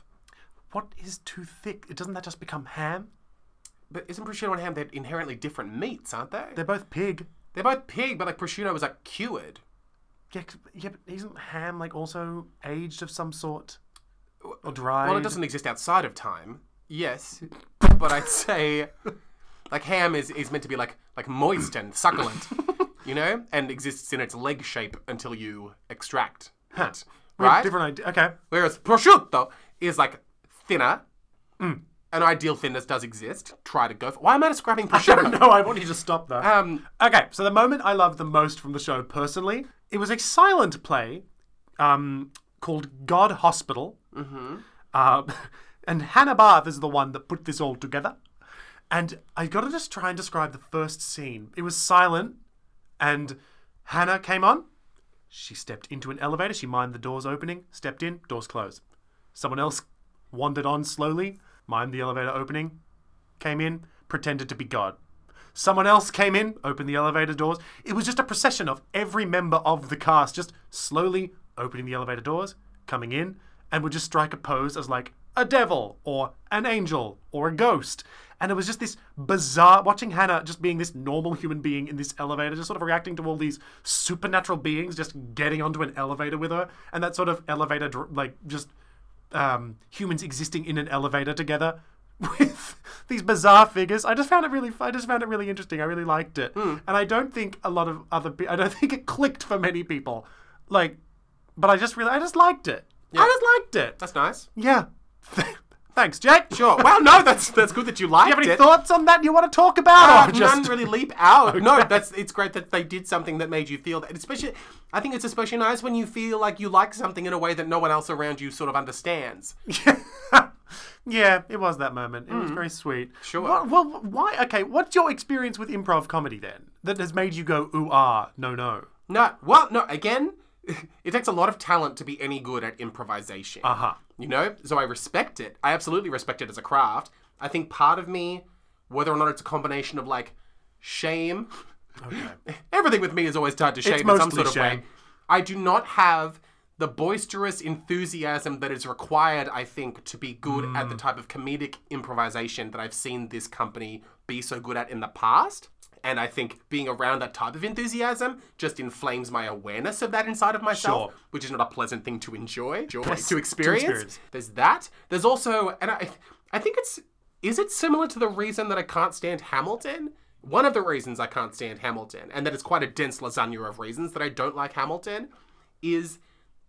Speaker 1: what is too thick? It Doesn't that just become ham?
Speaker 2: But isn't prosciutto and ham they're inherently different meats, aren't they? They're,
Speaker 1: They're both pig.
Speaker 2: both pig, but like prosciutto is like cured.
Speaker 1: Yeah, 'cause- yeah, but isn't ham like also aged of some sort or dried?
Speaker 2: Well, it doesn't exist outside of time. [laughs] Yes,
Speaker 1: [laughs]
Speaker 2: but I'd say like ham is, is meant to be like like moist and succulent. you know, and exists in its leg shape until you extract it,
Speaker 1: We have
Speaker 2: right?
Speaker 1: Different idea. Okay. [laughs]
Speaker 2: Whereas prosciutto is like thinner.
Speaker 1: Mm.
Speaker 2: An ideal thinness does exist. Try to go for. Why am I describing prosciutto?
Speaker 1: No, [laughs] I want you to stop that.
Speaker 2: Um,
Speaker 1: Mm-hmm. okay, so the moment I loved the most from the show personally, it was a silent play um, called God Hospital. Mm-hmm. Uh, [laughs] and Hannah Barth is the one that put this all together. And I got to just try and describe the first scene. It was silent, and Hannah came on. She stepped into an elevator. She minded the doors opening, stepped in, doors closed. Someone else wandered on slowly, minded the elevator opening, came in, pretended to be God. Someone else came in, opened the elevator doors. It was just a procession of every member of the cast just slowly opening the elevator doors, coming in, and would just strike a pose as like a devil or an angel or a ghost. And it was just this bizarre watching Hannah just being this normal human being in this elevator, just sort of reacting to all these supernatural beings just getting onto an elevator with her, and that sort of elevator dr- like just um, humans existing in an elevator together [laughs] with these bizarre figures. I just found it really, I just found it really interesting. I really liked it,
Speaker 2: Hmm.
Speaker 1: and I don't think a lot of other, pe- I don't [laughs] think it clicked for many people. Like, but I just really, I just liked it. I just liked it.
Speaker 2: that's nice.
Speaker 1: yeah. [laughs] Thanks, Jake.
Speaker 2: Sure. Well, no, that's that's good that you liked
Speaker 1: Do you have any
Speaker 2: it.
Speaker 1: thoughts on that you want to talk about?
Speaker 2: Uh,
Speaker 1: or just
Speaker 2: none really leap out. No, that's it's great that they did something that made you feel that. Especially, I think it's especially nice when you feel like you like something in a way that no one else around you sort of understands.
Speaker 1: [laughs] yeah, it was that moment. It was very sweet.
Speaker 2: Hmm. Sure.
Speaker 1: Well, well, why? Okay, what's your experience with improv comedy then that has made you go ooh ah no no?
Speaker 2: No, well, no. Again, [laughs] it takes a lot of talent to be any good at improvisation. Uh
Speaker 1: Uh-huh.
Speaker 2: You know, so I respect it. I absolutely respect it as a craft. I think part of me, whether or not it's a combination of like shame, [laughs] everything with me is always tied to shame in some
Speaker 1: mostly
Speaker 2: sort of
Speaker 1: shame.
Speaker 2: way. I do not have the boisterous enthusiasm that is required, I think, to be good at
Speaker 1: Mm.
Speaker 2: the type of comedic improvisation that I've seen this company be so good at in the past. And I think being around that type of enthusiasm just inflames my awareness of that inside of myself,
Speaker 1: Sure.
Speaker 2: which is not a pleasant thing to enjoy, joy, to, experience.
Speaker 1: experience.
Speaker 2: There's that. There's also, and I, I think it's, is it similar to the reason that I can't stand Hamilton? One of the reasons I can't stand Hamilton, and that it's quite a dense lasagna of reasons that I don't like Hamilton, is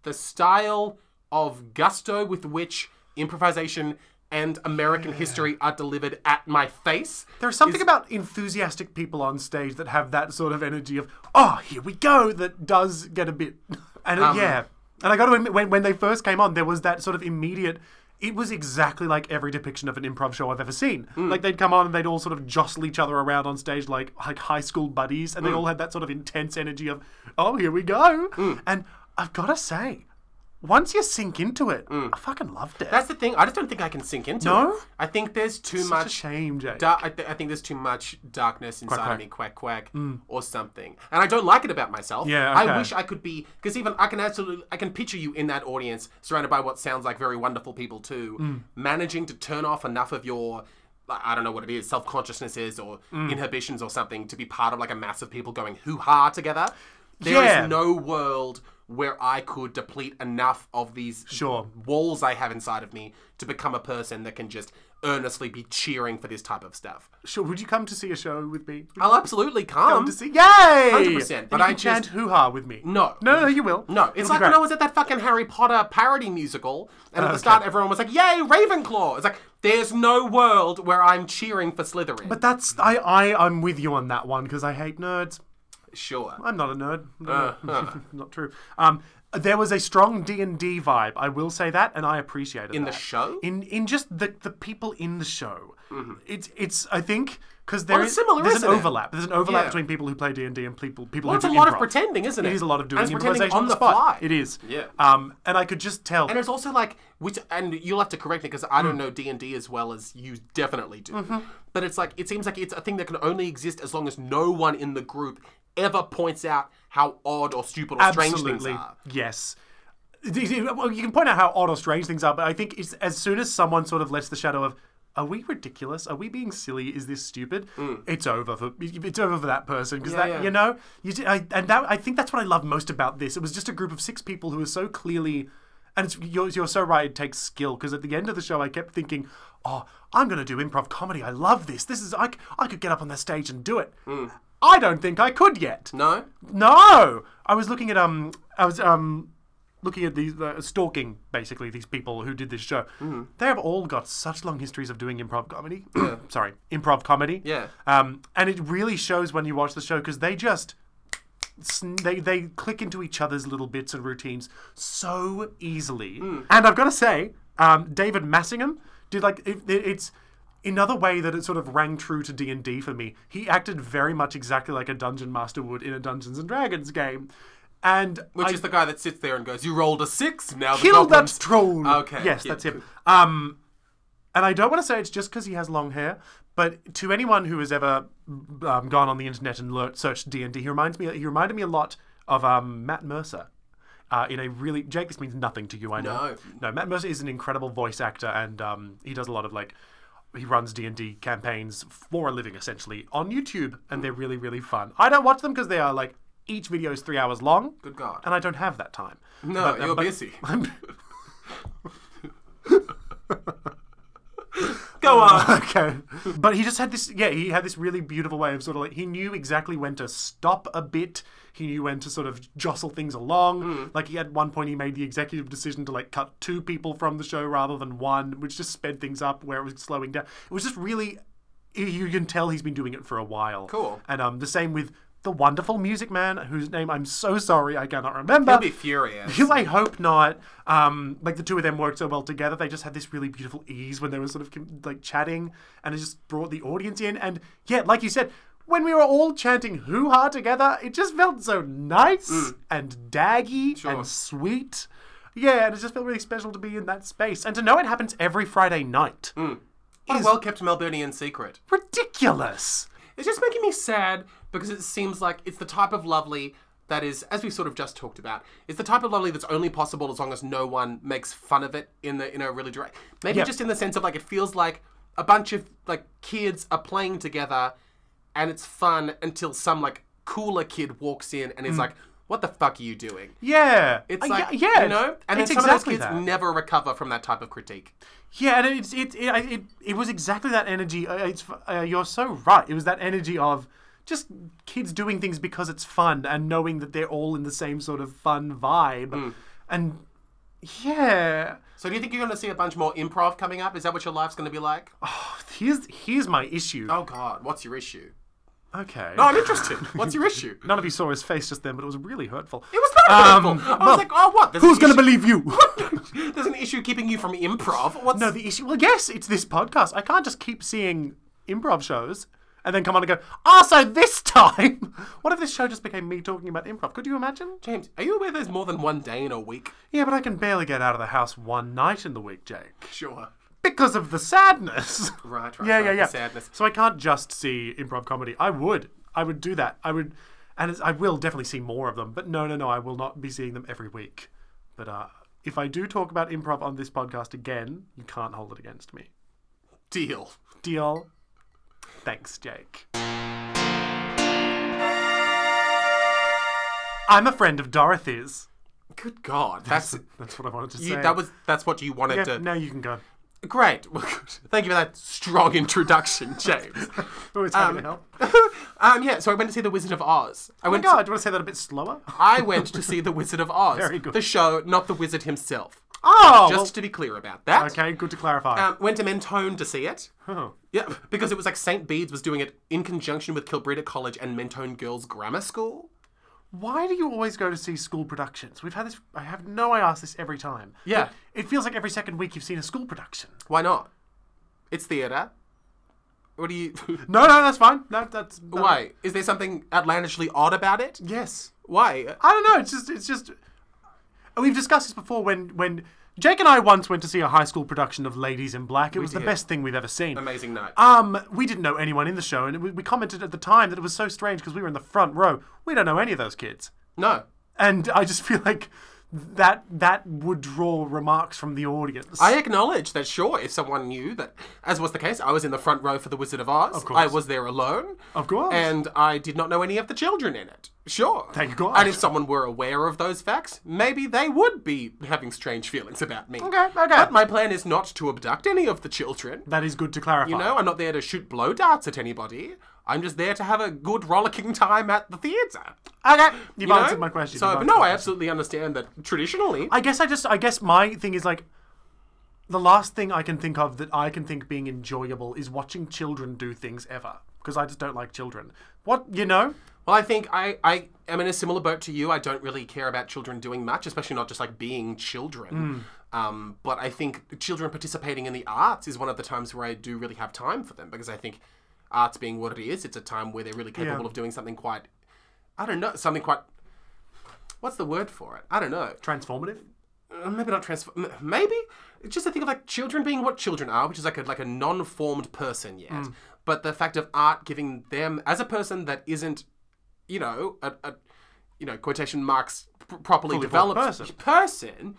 Speaker 2: the style of gusto with which improvisation and American history are delivered at my face.
Speaker 1: There's something about enthusiastic people on stage that have that sort of energy of, oh, here we go, that does get a bit. [laughs] And
Speaker 2: Um,
Speaker 1: it- yeah. And I got to admit, when, when they first came on, there was that sort of immediate. It was exactly like every depiction of an improv show I've ever seen.
Speaker 2: Mm.
Speaker 1: Like they'd come on and they'd all sort of jostle each other around on stage like like high school buddies,
Speaker 2: Mm.
Speaker 1: and they all had that sort of intense energy of, oh, here we go.
Speaker 2: Mm.
Speaker 1: And I've got to say, once you sink into it, I fucking loved it.
Speaker 2: Mm. That's the thing. I just don't think I can sink into
Speaker 1: No?
Speaker 2: it. I think there's too
Speaker 1: such a
Speaker 2: much
Speaker 1: shame, Jake.
Speaker 2: Dar- I, th- I think there's too much darkness inside
Speaker 1: quack. Mm.
Speaker 2: of me, quack quack, or something, and I don't like it about myself.
Speaker 1: Yeah, okay.
Speaker 2: I wish I could be because even I can absolutely I can picture you in that audience surrounded by what sounds like very wonderful people too,
Speaker 1: Mm.
Speaker 2: managing to turn off enough of your like, I don't know what it is self consciousness is or
Speaker 1: Mm.
Speaker 2: inhibitions or something to be part of like a mass of people going hoo ha together. There is
Speaker 1: Yeah.
Speaker 2: no world where I could deplete enough of these
Speaker 1: Sure.
Speaker 2: walls I have inside of me to become a person that can just earnestly be cheering for this type of stuff.
Speaker 1: Sure, would you come to see a show with me?
Speaker 2: I'll absolutely come.
Speaker 1: to see. Yay!
Speaker 2: 100%, but
Speaker 1: And you
Speaker 2: I
Speaker 1: can
Speaker 2: just-
Speaker 1: chant hoo ha with me.
Speaker 2: No.
Speaker 1: no, no, you will.
Speaker 2: no, it's
Speaker 1: It'll be
Speaker 2: like
Speaker 1: great.
Speaker 2: when I was at that fucking Harry Potter parody musical, and at the start everyone was like, "Yay, Ravenclaw!" It's like there's no world where I'm cheering for Slytherin.
Speaker 1: But that's I I I'm with you on that one because I hate nerds.
Speaker 2: sure,
Speaker 1: I'm not a nerd.
Speaker 2: Uh,
Speaker 1: [laughs] not true. Um, there was a strong D and D vibe. I will say that, and I appreciated
Speaker 2: in
Speaker 1: that.
Speaker 2: the show,
Speaker 1: in in just the the people in the show. It's it's I think because
Speaker 2: Well, it's similar,
Speaker 1: there's an
Speaker 2: isn't it?
Speaker 1: overlap. There's an overlap
Speaker 2: Yeah.
Speaker 1: between people who play D and D and people people
Speaker 2: well,
Speaker 1: who
Speaker 2: it's a
Speaker 1: do
Speaker 2: lot of
Speaker 1: improv.
Speaker 2: pretending, isn't it?
Speaker 1: It is a lot of doing
Speaker 2: and it's pretending
Speaker 1: improvisation
Speaker 2: on the,
Speaker 1: spot.
Speaker 2: fly.
Speaker 1: It is.
Speaker 2: Yeah.
Speaker 1: Um, and I could just tell.
Speaker 2: And it's also like, which, and you'll have to correct me because I
Speaker 1: Mm.
Speaker 2: don't know D and D as well as you definitely do.
Speaker 1: Mm-hmm.
Speaker 2: But it's like it seems like it's a thing that can only exist as long as no one in the group ever points out how odd or stupid or strange
Speaker 1: Absolutely.
Speaker 2: things are.
Speaker 1: Yes. Well, you can point out how odd or strange things are, but I think it's, as soon as someone sort of lets the shadow of, are we ridiculous? Are we being silly? Is this stupid? It's over for it's over for that person because that
Speaker 2: Mm. yeah.
Speaker 1: you know you ju- I, and that I think that's what I love most about this. It was just a group of six people who were so clearly, and it's, you're you're so right. It takes skill because at the end of the show, I kept thinking,
Speaker 2: Mm.
Speaker 1: oh, I'm going to do improv comedy. I love this. This is I c- I could get up on that stage and do it. I don't think I could yet.
Speaker 2: No?
Speaker 1: No, I was looking at um, I was um, looking at these uh, stalking basically these people who did this show. They have all got such long histories of doing improv comedy. [coughs] Sorry, improv comedy.
Speaker 2: Yeah.
Speaker 1: Um, and it really shows when you watch the show because they just. sn- They, they click into each other's little bits and routines so easily. And I've got to say, um, David Massingham did like it, it- it's another way that it sort of rang true to D and D for me. He acted very much exactly like a dungeon master would in a Dungeons and Dragons game, and
Speaker 2: Which
Speaker 1: I
Speaker 2: is the guy that sits there and goes, "You rolled a six. Now the
Speaker 1: killed that
Speaker 2: goblins."
Speaker 1: troll.
Speaker 2: Okay,
Speaker 1: Yes,
Speaker 2: yeah,
Speaker 1: that's him. Um, and I don't want to say it's just because he has long hair, but to anyone who has ever um, gone on the internet and learnt, searched D and D, he reminds me. He reminded me a lot of um, Matt Mercer. Uh, in a really Jake, this means nothing to you, I know. No, Matt Mercer is an incredible voice actor, and um, he does a lot of like he runs D and D campaigns for a living, essentially, on YouTube, and they're really really fun. I don't watch them because they are like each video is three hours long.
Speaker 2: Good God.
Speaker 1: And I don't have that time.
Speaker 2: No,
Speaker 1: uh, [laughs]
Speaker 2: you're busy. [laughs] Go
Speaker 1: [laughs]
Speaker 2: on.
Speaker 1: okay. But he just had this, yeah, he had this really beautiful way of sort of like, he knew exactly when to stop a bit. He knew when to sort of jostle things along.
Speaker 2: Hmm.
Speaker 1: Like, he had one point, he made the executive decision to like cut two people from the show rather than one, which just sped things up where it was slowing down. It was just really, you- you can tell he's been doing it for a while.
Speaker 2: Cool.
Speaker 1: And um, the same with the wonderful music man, whose name I'm so sorry I cannot remember.
Speaker 2: I'll be furious.
Speaker 1: You, I hope not. Um, like the two of them worked so well together. They just had this really beautiful ease when they were sort of com- like chatting, and it just brought the audience in. And yeah, like you said, when we were all chanting "hoo ha" together, it just felt so nice
Speaker 2: Mm.
Speaker 1: and daggy and sweet. Yeah, and it just felt really special to be in that space and to know it happens every Friday night.
Speaker 2: Mm. What a well-kept Melburnian secret.
Speaker 1: Ridiculous.
Speaker 2: It's just making me sad because it seems like it's the type of lovely that is, as we sort of just talked about, it's the type of lovely that's only possible as long as no one makes fun of it in the in a really direct. Maybe
Speaker 1: Yeah.
Speaker 2: just in the sense of like it feels like a bunch of like kids are playing together, and it's fun until some like cooler kid walks in and is
Speaker 1: Mm.
Speaker 2: like, "What the fuck are you doing?"
Speaker 1: Yeah,
Speaker 2: It's
Speaker 1: I-
Speaker 2: like,
Speaker 1: Uh, yeah, yeah,
Speaker 2: you know, and then
Speaker 1: it's
Speaker 2: some
Speaker 1: exactly
Speaker 2: of those kids
Speaker 1: that.
Speaker 2: never recover from that type of critique.
Speaker 1: Yeah, and it's it it, I- it it was exactly that energy. Uh, It's uh, you're so right. It was that energy of just kids doing things because it's fun and knowing that they're all in the same sort of fun vibe,
Speaker 2: Hmm.
Speaker 1: and yeah.
Speaker 2: So, do you think you're going to see a bunch more improv coming up? Is that what your life's going to be like?
Speaker 1: Oh. Here's here's my issue.
Speaker 2: Oh God, what's your issue?
Speaker 1: Okay.
Speaker 2: No, Oh, I'm interested. What's your issue?
Speaker 1: None of you saw his face just then, but it was really hurtful.
Speaker 2: It was not um, I was
Speaker 1: well,
Speaker 2: like, oh, what? There's
Speaker 1: Who's
Speaker 2: an
Speaker 1: going to
Speaker 2: issue-
Speaker 1: believe
Speaker 2: [laughs]
Speaker 1: you?
Speaker 2: There's an issue keeping you from improv. What's
Speaker 1: No, the issue. Well, yes, it's this podcast. I can't just keep seeing improv shows and then come on and go, ah, so this [laughs] time. What if this show just became me talking about improv? Could you imagine?
Speaker 2: James? Are you aware there's more than one day in a week?
Speaker 1: Yeah, but I can barely get out of the house one night in the week, Jake,
Speaker 2: Sure.
Speaker 1: because of the sadness.
Speaker 2: [laughs] Right, right.
Speaker 1: yeah,
Speaker 2: right,
Speaker 1: yeah,
Speaker 2: the
Speaker 1: yeah.
Speaker 2: Sadness.
Speaker 1: So I can't just see improv comedy. I would, I would do that. I would, and it's, I will definitely see more of them. But no, no, no, I will not be seeing them every week. But uh, if I do talk about improv on this podcast again, you can't hold it against me.
Speaker 2: Deal.
Speaker 1: Deal. Thanks, Jake. I'm a friend of Dorothy's.
Speaker 2: Good God, that's
Speaker 1: That's what I wanted to say.
Speaker 2: you, that was that's what you wanted
Speaker 1: Yeah,
Speaker 2: to.
Speaker 1: now you can go.
Speaker 2: Great. Well, good. Thank you for that strong introduction, James.
Speaker 1: [laughs] Always happy to help. Oh
Speaker 2: um, yeah. So I went to see The Wizard of Oz. I
Speaker 1: my
Speaker 2: went.
Speaker 1: god, do you want to say that a bit slower?
Speaker 2: I went to see The Wizard of Oz.
Speaker 1: Very good.
Speaker 2: The show, not the wizard himself.
Speaker 1: Oh,
Speaker 2: Just to be clear about that.
Speaker 1: well, okay, good to clarify.
Speaker 2: Um, went to Mentone to see it.
Speaker 1: Oh.
Speaker 2: Yeah, because it was like St. Bede's was doing it in conjunction with Kilbreda College and Mentone Girls Grammar School.
Speaker 1: [laughs] Why do you always go to see school productions? We've had this. I have no. I ask this every time.
Speaker 2: Yeah.
Speaker 1: It, it feels like every second week you've seen a school production.
Speaker 2: Why not? It's theatre. What do you. [laughs]
Speaker 1: No, no, that's fine. No, that's no.
Speaker 2: Why? Is there something outlandishly odd about it?
Speaker 1: Yes.
Speaker 2: Why?
Speaker 1: I don't know. It's just. It's just. We've discussed this before. When when Jake and I once went to see a high school production of Ladies in Black, it was the
Speaker 2: did.
Speaker 1: best thing we've ever seen.
Speaker 2: Amazing night.
Speaker 1: Um, we didn't know anyone in the show, and we, we commented at the time that it was so strange because we were in the front row. We don't know any of those kids.
Speaker 2: no.
Speaker 1: and I just [laughs] feel like that that would draw remarks from the audience.
Speaker 2: I acknowledge that, sure, if someone knew that, as was the case, I was in the front row for The Wizard of Oz. Of
Speaker 1: course.
Speaker 2: I was there alone.
Speaker 1: Of course.
Speaker 2: And I did not know any of the children in it. Sure.
Speaker 1: Thank God.
Speaker 2: And if someone were aware of those facts, maybe they would be having strange feelings about me.
Speaker 1: Okay, okay.
Speaker 2: But my plan is not to abduct any of the children.
Speaker 1: that is good to clarify.
Speaker 2: You know, I'm not there to shoot blow darts at anybody. I'm just there to have a good rollicking time at the theatre.
Speaker 1: Okay, you've
Speaker 2: you know?
Speaker 1: answered my question.
Speaker 2: So,
Speaker 1: You've
Speaker 2: but
Speaker 1: answered
Speaker 2: no,
Speaker 1: my
Speaker 2: I absolutely understand that traditionally.
Speaker 1: I guess I just I guess my thing is like the last thing I can think of that I can think being enjoyable is watching children do things ever because I just don't like children. What you know?
Speaker 2: Well, I think I, I am in a similar boat to you. I don't really care about children doing much, especially not just like being children. Um, but I think children participating in the arts is one of the times where I do really have time for them because I think arts being what it is, it's a time where they're really capable
Speaker 1: Yeah.
Speaker 2: of doing something quite, I don't know, something quite. What's the word for it? I don't know.
Speaker 1: Transformative.
Speaker 2: Uh, Maybe not transform. Maybe it's just I think of like children being what children are, which is like a like a non-formed person yet.
Speaker 1: Mm.
Speaker 2: But the fact of art giving them as a person that isn't, you know, a, a you know quotation marks pr- properly
Speaker 1: formed
Speaker 2: developed
Speaker 1: person.
Speaker 2: person,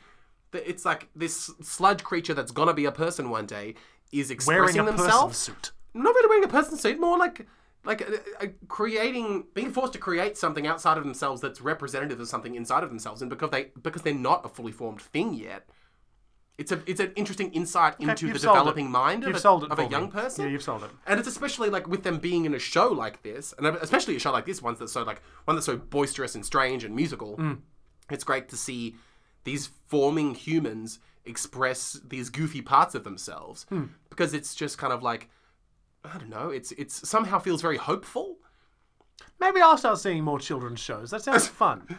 Speaker 2: that it's like this sludge creature that's gonna be a person one day is
Speaker 1: Wearing
Speaker 2: expressing
Speaker 1: a person
Speaker 2: themselves
Speaker 1: suit.
Speaker 2: not really wearing a person suit, more like like uh, uh, creating being forced to create something outside of themselves that's representative of something inside of themselves, and because they because they're not a fully formed thing yet. It's a it's an interesting insight into
Speaker 1: you've
Speaker 2: the
Speaker 1: sold it.
Speaker 2: developing mind of,
Speaker 1: You've
Speaker 2: a,
Speaker 1: sold it
Speaker 2: of a
Speaker 1: for
Speaker 2: young
Speaker 1: me.
Speaker 2: person.
Speaker 1: Yeah, you've sold it.
Speaker 2: And it's especially like with them being in a show like this, and especially a show like this, one that's so like one that's so boisterous and strange and musical. It's great to see these forming humans express these goofy parts of themselves because it's just kind of like I don't know. It's it's somehow feels very hopeful.
Speaker 1: Maybe I'll start seeing more children's shows. That sounds
Speaker 2: [laughs]
Speaker 1: fun.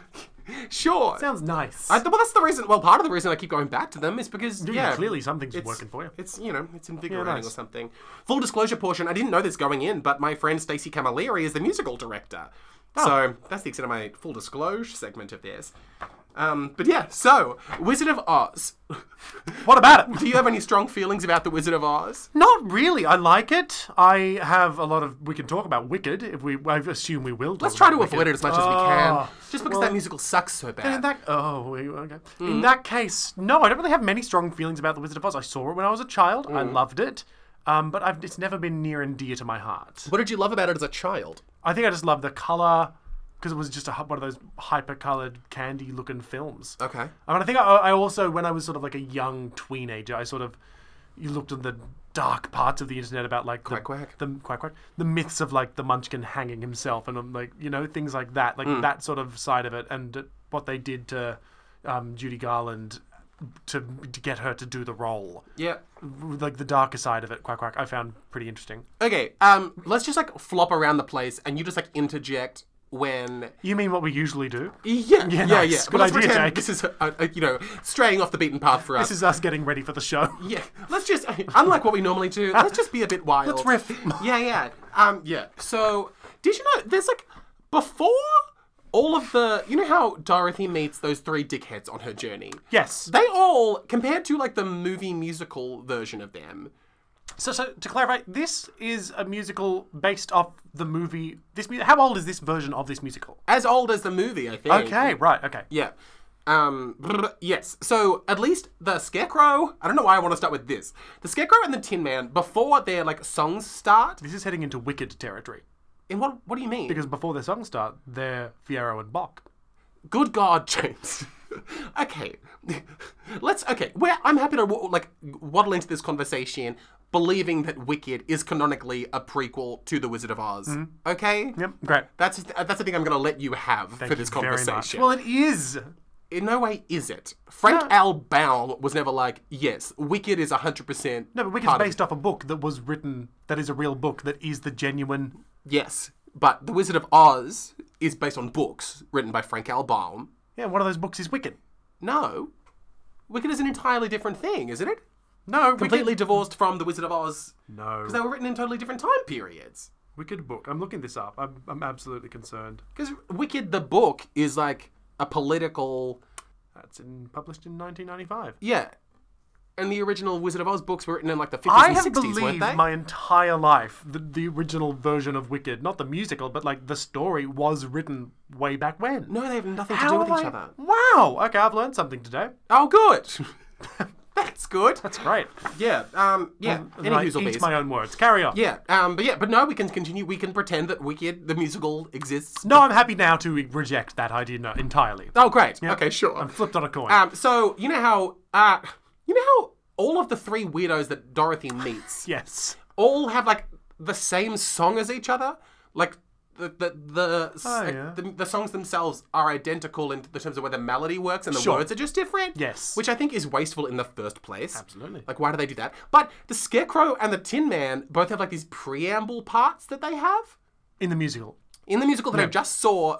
Speaker 2: Sure.
Speaker 1: sounds nice.
Speaker 2: I, well, that's the reason. Well, part of the reason I keep going back to them is because yeah,
Speaker 1: clearly something's
Speaker 2: it's-
Speaker 1: working for you.
Speaker 2: It's you know it's invigorating
Speaker 1: nice.
Speaker 2: or something. Full disclosure portion. I didn't know this going in, but my friend Stacey Camilleri is the musical director. So that's the extent of my full disclosure segment of this. Um, but yeah, so Wizard of Oz. [laughs]
Speaker 1: What about it?
Speaker 2: Do you have any strong feelings about the Wizard of Oz?
Speaker 1: Not really. I like it. I have a lot of. We can talk about Wicked if we. I assume we will. Talk
Speaker 2: Let's try to
Speaker 1: about Wicked.
Speaker 2: avoid it as much as we can,
Speaker 1: Oh,
Speaker 2: just because that musical sucks so
Speaker 1: In
Speaker 2: bad.
Speaker 1: that oh we- okay. In that case, no, I don't really have many strong feelings about the Wizard of Oz. I saw it when I was a child. I loved it, um, but I've, it's never been near and dear to my heart.
Speaker 2: What did you love about it as a child?
Speaker 1: I think I just loved the color because it was just a, hu- one of those hyper-colored candy-looking films.
Speaker 2: Okay.
Speaker 1: I mean, I think I, I also, when I was sort of like a young teenager, I sort of you looked at the dark parts of the internet about like the,
Speaker 2: quack.
Speaker 1: the quack quack, the myths of like the Munchkin hanging himself and um, like you know things like that,
Speaker 2: Mm.
Speaker 1: like that sort of side of it, and uh, what they did to um, Judy Garland to to get her to do the role,
Speaker 2: Yeah.
Speaker 1: like the darker side of it, quack quack. I found pretty interesting.
Speaker 2: Okay. Um, let's just like flop around the place, and you just like interject when
Speaker 1: You mean what we usually do?
Speaker 2: Yeah, yeah, yeah.
Speaker 1: nice.
Speaker 2: yeah.
Speaker 1: Good
Speaker 2: But let's
Speaker 1: idea,
Speaker 2: pretend
Speaker 1: Jake.
Speaker 2: This is, uh, uh, you know, straying off the beaten path for us.
Speaker 1: This is us getting ready for the show.
Speaker 2: yeah, let's just, [laughs] unlike what we normally do, let's just be a bit wild.
Speaker 1: Let's riff.
Speaker 2: [laughs] Yeah, yeah, um, yeah. So, did you know there's like before all of the, you know how Dorothy meets those three dickheads on her journey?
Speaker 1: Yes.
Speaker 2: They all, compared to like the movie musical version of them,
Speaker 1: So, so to clarify, this is a musical based off the movie. This mu- how old is this version of this musical?
Speaker 2: as old as the movie, I think.
Speaker 1: Okay, right, okay.
Speaker 2: Yeah. Um, brr, yes. So at least the Scarecrow. I don't know why I want to start with this. The Scarecrow and the Tin Man. Before their like songs start.
Speaker 1: This is heading into wicked territory
Speaker 2: And what what do you mean?
Speaker 1: because before their songs start, they're Fiero and Bach.
Speaker 2: Good God, James. [laughs] okay. [laughs] Let's. Okay. Where I'm happy to wa- like waddle into this conversation, believing that Wicked is canonically a prequel to The Wizard of Oz. Okay.
Speaker 1: Mm-hmm. Yep, great.
Speaker 2: That's that's the thing I'm going to let you have for
Speaker 1: Thank
Speaker 2: this
Speaker 1: you very much.
Speaker 2: conversation.
Speaker 1: Well, it is.
Speaker 2: in no way is it. Frank Al Baum was never like, yes, Wicked is 100%.
Speaker 1: No, but Wicked's based off a book that was written, that is a real book, that is the genuine.
Speaker 2: Yes, but The Wizard of Oz is based on books written by Frank Al Baum.
Speaker 1: Yeah, one of those books is Wicked.
Speaker 2: No. Wicked is an entirely different thing, isn't it?
Speaker 1: No,
Speaker 2: Completely divorced from The Wizard of Oz.
Speaker 1: No.
Speaker 2: Because they were written in totally different time periods.
Speaker 1: Wicked book. I'm looking this up. I'm, I'm absolutely concerned.
Speaker 2: Because Wicked, the book, is like a political.
Speaker 1: That's in published in 1995.
Speaker 2: Yeah. And the original Wizard of Oz books were written in like the 50s
Speaker 1: I
Speaker 2: and
Speaker 1: have
Speaker 2: 60s, weren't
Speaker 1: believed
Speaker 2: they?
Speaker 1: my entire life that the original version of Wicked, not the musical, but like the story, was written way back when.
Speaker 2: No, they have nothing
Speaker 1: How
Speaker 2: to do with
Speaker 1: have
Speaker 2: each
Speaker 1: I-
Speaker 2: other.
Speaker 1: Wow. Okay, I've learned something today.
Speaker 2: Oh, good. [laughs]
Speaker 1: [laughs]
Speaker 2: That's good.
Speaker 1: That's great.
Speaker 2: Yeah. Um. Yeah.
Speaker 1: And
Speaker 2: Any
Speaker 1: I
Speaker 2: who's
Speaker 1: eat my own words. Carry on.
Speaker 2: Yeah. Um. But yeah. But no, we can continue. We can pretend that Wicked the musical exists.
Speaker 1: No, I'm happy now to reject that idea no, entirely.
Speaker 2: Oh, great. Okay. Sure.
Speaker 1: I'm flipped on a coin.
Speaker 2: um. So you know how uh, you know how all of the three weirdos that Dorothy meets
Speaker 1: yes.
Speaker 2: all have like the same song as each other. Like the the the, s-
Speaker 1: Oh,
Speaker 2: like,
Speaker 1: yeah.
Speaker 2: the, the songs themselves are identical in the terms of where the melody works and the
Speaker 1: Sure.
Speaker 2: words are just different.
Speaker 1: Yes.
Speaker 2: which I think is wasteful in the first place.
Speaker 1: Absolutely.
Speaker 2: Like, why do they do that? But the Scarecrow and the Tin Man both have like these preamble parts that they have
Speaker 1: in the musical.
Speaker 2: in the musical that I just saw.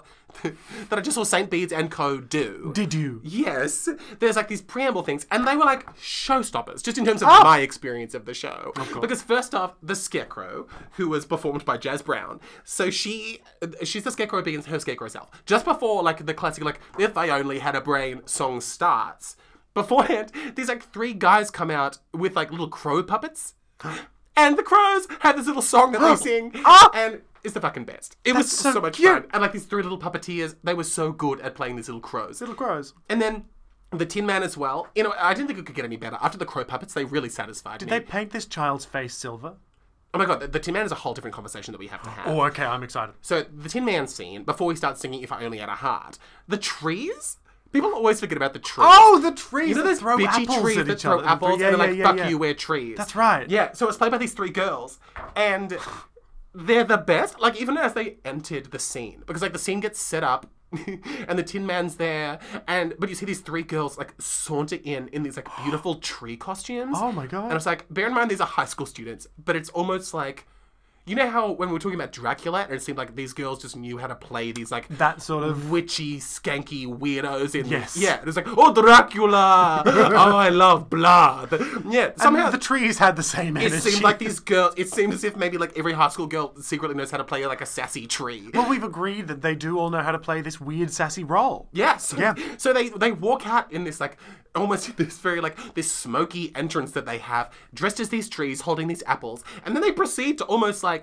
Speaker 2: [laughs] that I just saw Saint Bede's and Co. do.
Speaker 1: Did you?
Speaker 2: Yes, there's like these preamble things, and they were like showstoppers, just in terms
Speaker 1: Oh!
Speaker 2: of my experience of the show. because first off, the Scarecrow, who was performed by Jazz Brown, so she she's the Scarecrow being her Scarecrow self. Just before like the classic like "If I Only Had a Brain" song starts, beforehand, these like three guys come out with like little crow puppets,
Speaker 1: [gasps]
Speaker 2: and the crows have this little song that they sing,
Speaker 1: Ah!
Speaker 2: and. It's the fucking best. It was
Speaker 1: That's so
Speaker 2: so, much
Speaker 1: cute.
Speaker 2: fun. And like these three little puppeteers, they were so good at playing these little crows.
Speaker 1: Little crows.
Speaker 2: And then the Tin Man as well. You know, I didn't think it could get any better. After the crow puppets, they really satisfied me.
Speaker 1: They paint this child's face silver.
Speaker 2: Oh my god, the, the Tin Man is a whole different conversation that we have to have.
Speaker 1: Oh, okay, I'm excited.
Speaker 2: So the Tin Man scene, before we start singing "If I Only Had a Heart," the trees. People always forget about the trees.
Speaker 1: Oh, the trees!
Speaker 2: You know
Speaker 1: that
Speaker 2: those
Speaker 1: throw
Speaker 2: bitchy
Speaker 1: apples
Speaker 2: trees
Speaker 1: at
Speaker 2: that
Speaker 1: each
Speaker 2: throw
Speaker 1: other.
Speaker 2: apples
Speaker 1: yeah,
Speaker 2: and
Speaker 1: yeah,
Speaker 2: they're like,
Speaker 1: yeah,
Speaker 2: fuck
Speaker 1: yeah.
Speaker 2: you, we're trees.
Speaker 1: That's right.
Speaker 2: Yeah, so it's played by these three girls, and they're the best. Like even as they entered the scene, because like the scene gets set up, [laughs] and the Tin Man's there, and but you see these three girls like saunter in in these like
Speaker 1: [gasps]
Speaker 2: beautiful tree costumes.
Speaker 1: Oh my God.
Speaker 2: And it's like, bear in mind these are high school students, but it's almost like. You know how when we were talking about Dracula, and it seemed like these girls just knew how to play these like
Speaker 1: That sort of
Speaker 2: witchy, skanky weirdos in
Speaker 1: Yes.
Speaker 2: Yeah, it's like,
Speaker 1: [laughs]
Speaker 2: oh, Dracula! oh, I love blood. Yeah, somehow
Speaker 1: Somehow the trees had the same
Speaker 2: it
Speaker 1: energy.
Speaker 2: seemed like these girls, it seemed as if maybe like every high school girl secretly knows how to play like a sassy tree.
Speaker 1: well, we've agreed that they do all know how to play this weird sassy role. [laughs]
Speaker 2: Yes.
Speaker 1: Yeah.
Speaker 2: So they they walk out in this like almost [laughs] this very like this smoky entrance that they have, dressed as these trees, holding these apples, and then they proceed to almost like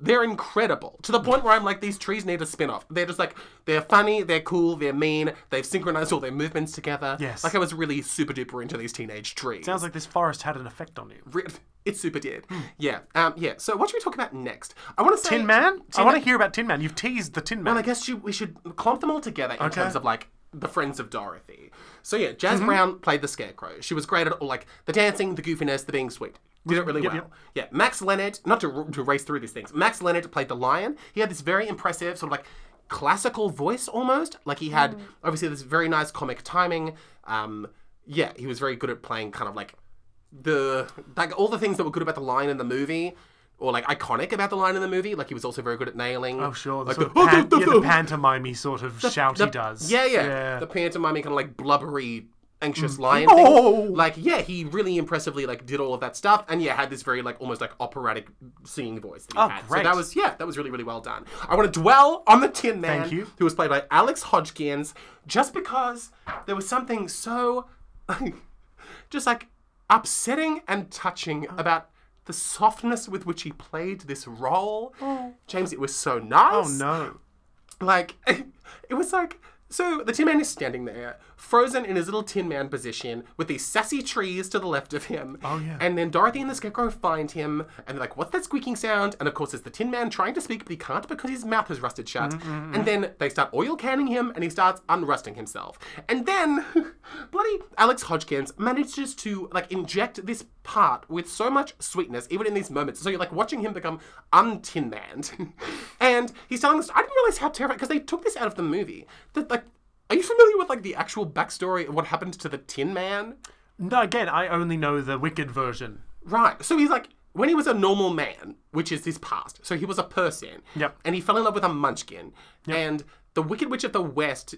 Speaker 2: they're incredible to the point where I'm like these trees need a spin-off. They're just like they're funny, they're cool, they're mean. They've synchronized all their movements together.
Speaker 1: Yes.
Speaker 2: Like I was really super duper into these teenage trees.
Speaker 1: Sounds like this forest had an effect on you.
Speaker 2: Re- [laughs] it super did. Yeah. Um. Yeah. So what should we talk about next? I want to say
Speaker 1: Tin Man? I want to hear about Tin Man. You've teased the Tin Man.
Speaker 2: and I guess you, we should clump them all together in terms of like the friends of Dorothy. So yeah, Jazz Brown played the Scarecrow. She was great at all like the dancing, the goofiness, the being sweet. Did it really well. Yeah, Max Leonard. Not to, to race through these things. Max Leonard played the lion. He had this very impressive sort of like classical voice almost. Like he had obviously this very nice comic timing. Um, yeah, he was very good at playing kind of like the like all the things that were good about the line in the movie or like iconic about the line in the movie like he was also very good at nailing
Speaker 1: oh, sure. The,
Speaker 2: like
Speaker 1: sort of
Speaker 2: [laughs] the-
Speaker 1: pan- yeah, the pantomime sort of shout he does.
Speaker 2: yeah, yeah the pantomiming kind of like blubbery anxious lion
Speaker 1: Oh!
Speaker 2: thing like yeah he really impressively like did all of that stuff and yeah had this very like almost like operatic singing voice that he had
Speaker 1: Oh, great.
Speaker 2: so that was yeah that was really really well done i want to dwell on the tin man
Speaker 1: Thank you.
Speaker 2: who was played by alex hodgkins just because there was something so [laughs] just like upsetting and touching
Speaker 1: Oh.
Speaker 2: about the softness with which he played this role james it was so nice
Speaker 1: Oh, no.
Speaker 2: like, [laughs] it was like, so the Tin Man is standing there, frozen in his little Tin Man position, with these sassy trees to the left of him.
Speaker 1: Oh, yeah.
Speaker 2: And then Dorothy and the Scarecrow find him, and they're like, what's that squeaking sound? And of course, it's the Tin Man trying to speak, but he can't because his mouth is rusted shut. And then they start oil canning him, and he starts unrusting himself. And then, [laughs] bloody Alex Hodgkins manages to, like, inject this part with so much sweetness, even in these moments. So you're, like, watching him become un-Tin Man. [laughs] and he's telling us, I didn't realize how terrifying, because they took this out of the movie. That, like, are you familiar with, like, the actual backstory of what happened to the Tin Man?
Speaker 1: No, again, I only know the Wicked version.
Speaker 2: Right. So he's like, when he was a normal man, which is his past, so he was a person.
Speaker 1: Yep.
Speaker 2: And he fell in love with a munchkin. And the Wicked Witch of the West,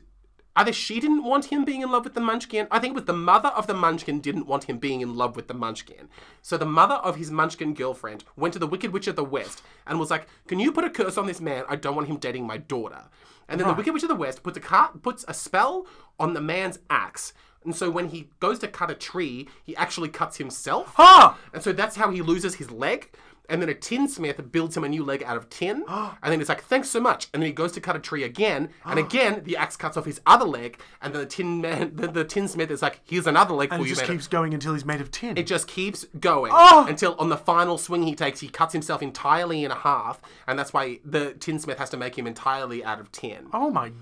Speaker 2: either she didn't want him being in love with the munchkin. I think it was the mother of the munchkin didn't want him being in love with the munchkin. So the mother of his munchkin girlfriend went to the Wicked Witch of the West and was like, Can you put a curse on this man? I don't want him dating my daughter. And then the Wicked Witch of the West puts a, car- puts a spell on the man's axe. And so when he goes to cut a tree, he actually cuts himself.
Speaker 1: Ah!
Speaker 2: And so that's how he loses his leg. And then a tinsmith builds him a new leg out of
Speaker 1: [gasps]
Speaker 2: tin.
Speaker 1: Ah.
Speaker 2: and then he's like, thanks so much. And then he goes to cut a tree again. And again, the axe cuts off his other leg. And then the tin man, the, the tinsmith is like, here's another leg for
Speaker 1: He
Speaker 2: you,
Speaker 1: just
Speaker 2: man.
Speaker 1: keeps going until he's made of tin.
Speaker 2: It just keeps going
Speaker 1: Oh!
Speaker 2: until on the final swing he takes, he cuts himself entirely in half. And that's why the tinsmith has to make him entirely out of tin.
Speaker 1: oh, my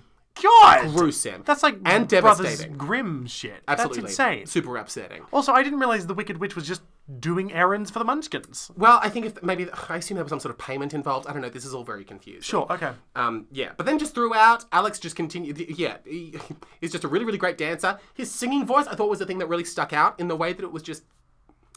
Speaker 1: God!
Speaker 2: Gruesome.
Speaker 1: That's like
Speaker 2: and
Speaker 1: Brothers
Speaker 2: devastating.
Speaker 1: Grimm shit.
Speaker 2: Absolutely.
Speaker 1: That's insane.
Speaker 2: Super upsetting.
Speaker 1: Also, I didn't realize the Wicked Witch was just doing errands for the Munchkins.
Speaker 2: Well, I think if maybe I assume there was some sort of payment involved. I don't know. This is all very confused.
Speaker 1: Sure, okay.
Speaker 2: Um, yeah, but then just throughout, Alex just continued. Yeah, he, he's just a really, really great dancer. His singing voice, I thought, was the thing that really stuck out in the way that it was just,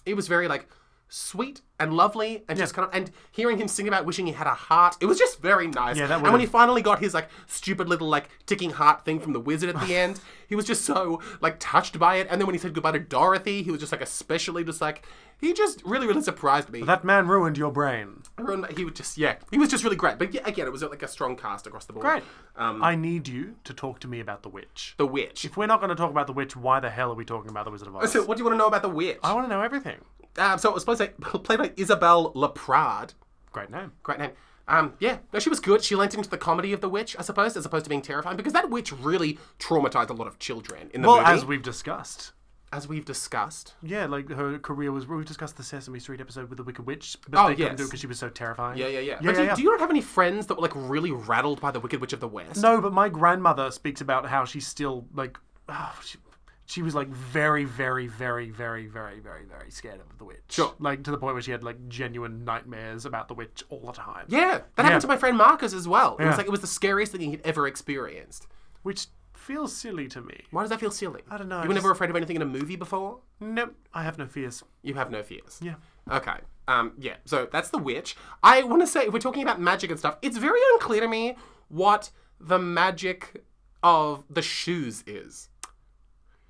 Speaker 2: it was very like sweet and lovely, and just kind of, and hearing him sing about wishing he had a heart, it was just very nice.
Speaker 1: Yeah, that
Speaker 2: and when
Speaker 1: would've-
Speaker 2: he finally got his like stupid little like ticking heart thing from the wizard
Speaker 1: [laughs]
Speaker 2: at the end, he was just so like touched by it. And then when he said goodbye to Dorothy, he was just like especially just like he just really, really surprised me.
Speaker 1: That man ruined your brain.
Speaker 2: Everyone, he would just yeah, he was just really great. But yeah, again, it was like a strong cast across the board.
Speaker 1: Great.
Speaker 2: Um,
Speaker 1: I need you to talk to me about the witch.
Speaker 2: the witch.
Speaker 1: If we're not going to talk about the witch, why the hell are we talking about the Wizard of Oz?
Speaker 2: So, what do you want to know about the witch?
Speaker 1: I want to know everything.
Speaker 2: Um, so it was played by, [laughs] played by Isabel Laprade.
Speaker 1: Great name.
Speaker 2: Great name. Um, yeah, no, she was good. She lent into the comedy of the witch, I suppose, as opposed to being terrifying, because that witch really traumatized a lot of children in the
Speaker 1: Well,
Speaker 2: movie,
Speaker 1: as we've discussed.
Speaker 2: as we've discussed.
Speaker 1: Yeah, like her career was. We've discussed the Sesame Street episode with the Wicked Witch, but
Speaker 2: Oh,
Speaker 1: they couldn't
Speaker 2: yes.
Speaker 1: do it because she was so terrifying.
Speaker 2: Yeah, yeah, yeah.
Speaker 1: yeah,
Speaker 2: but do,
Speaker 1: yeah.
Speaker 2: do you not have any friends that were like really rattled by the Wicked Witch of the West?
Speaker 1: No, but my grandmother speaks about how she's still like, [sighs] ah, she, she was like very, very, very, very, very, very, very scared of the witch.
Speaker 2: Sure.
Speaker 1: Like to the point where she had like genuine nightmares about the witch all the time.
Speaker 2: Yeah, that
Speaker 1: Yeah.
Speaker 2: happened to my friend Marcus as well. It was
Speaker 1: Yeah.
Speaker 2: like it was the scariest thing he'd ever experienced.
Speaker 1: Which feels silly to me.
Speaker 2: Why does that feel silly? I
Speaker 1: don't know,
Speaker 2: You
Speaker 1: I
Speaker 2: were never
Speaker 1: just-
Speaker 2: afraid of anything in a movie before.
Speaker 1: Nope, I have no fears.
Speaker 2: You have no fears.
Speaker 1: Yeah.
Speaker 2: Okay. Um, yeah. So that's the witch. I want to say, if we're talking about magic and stuff, it's very unclear to me what the magic of the shoes is.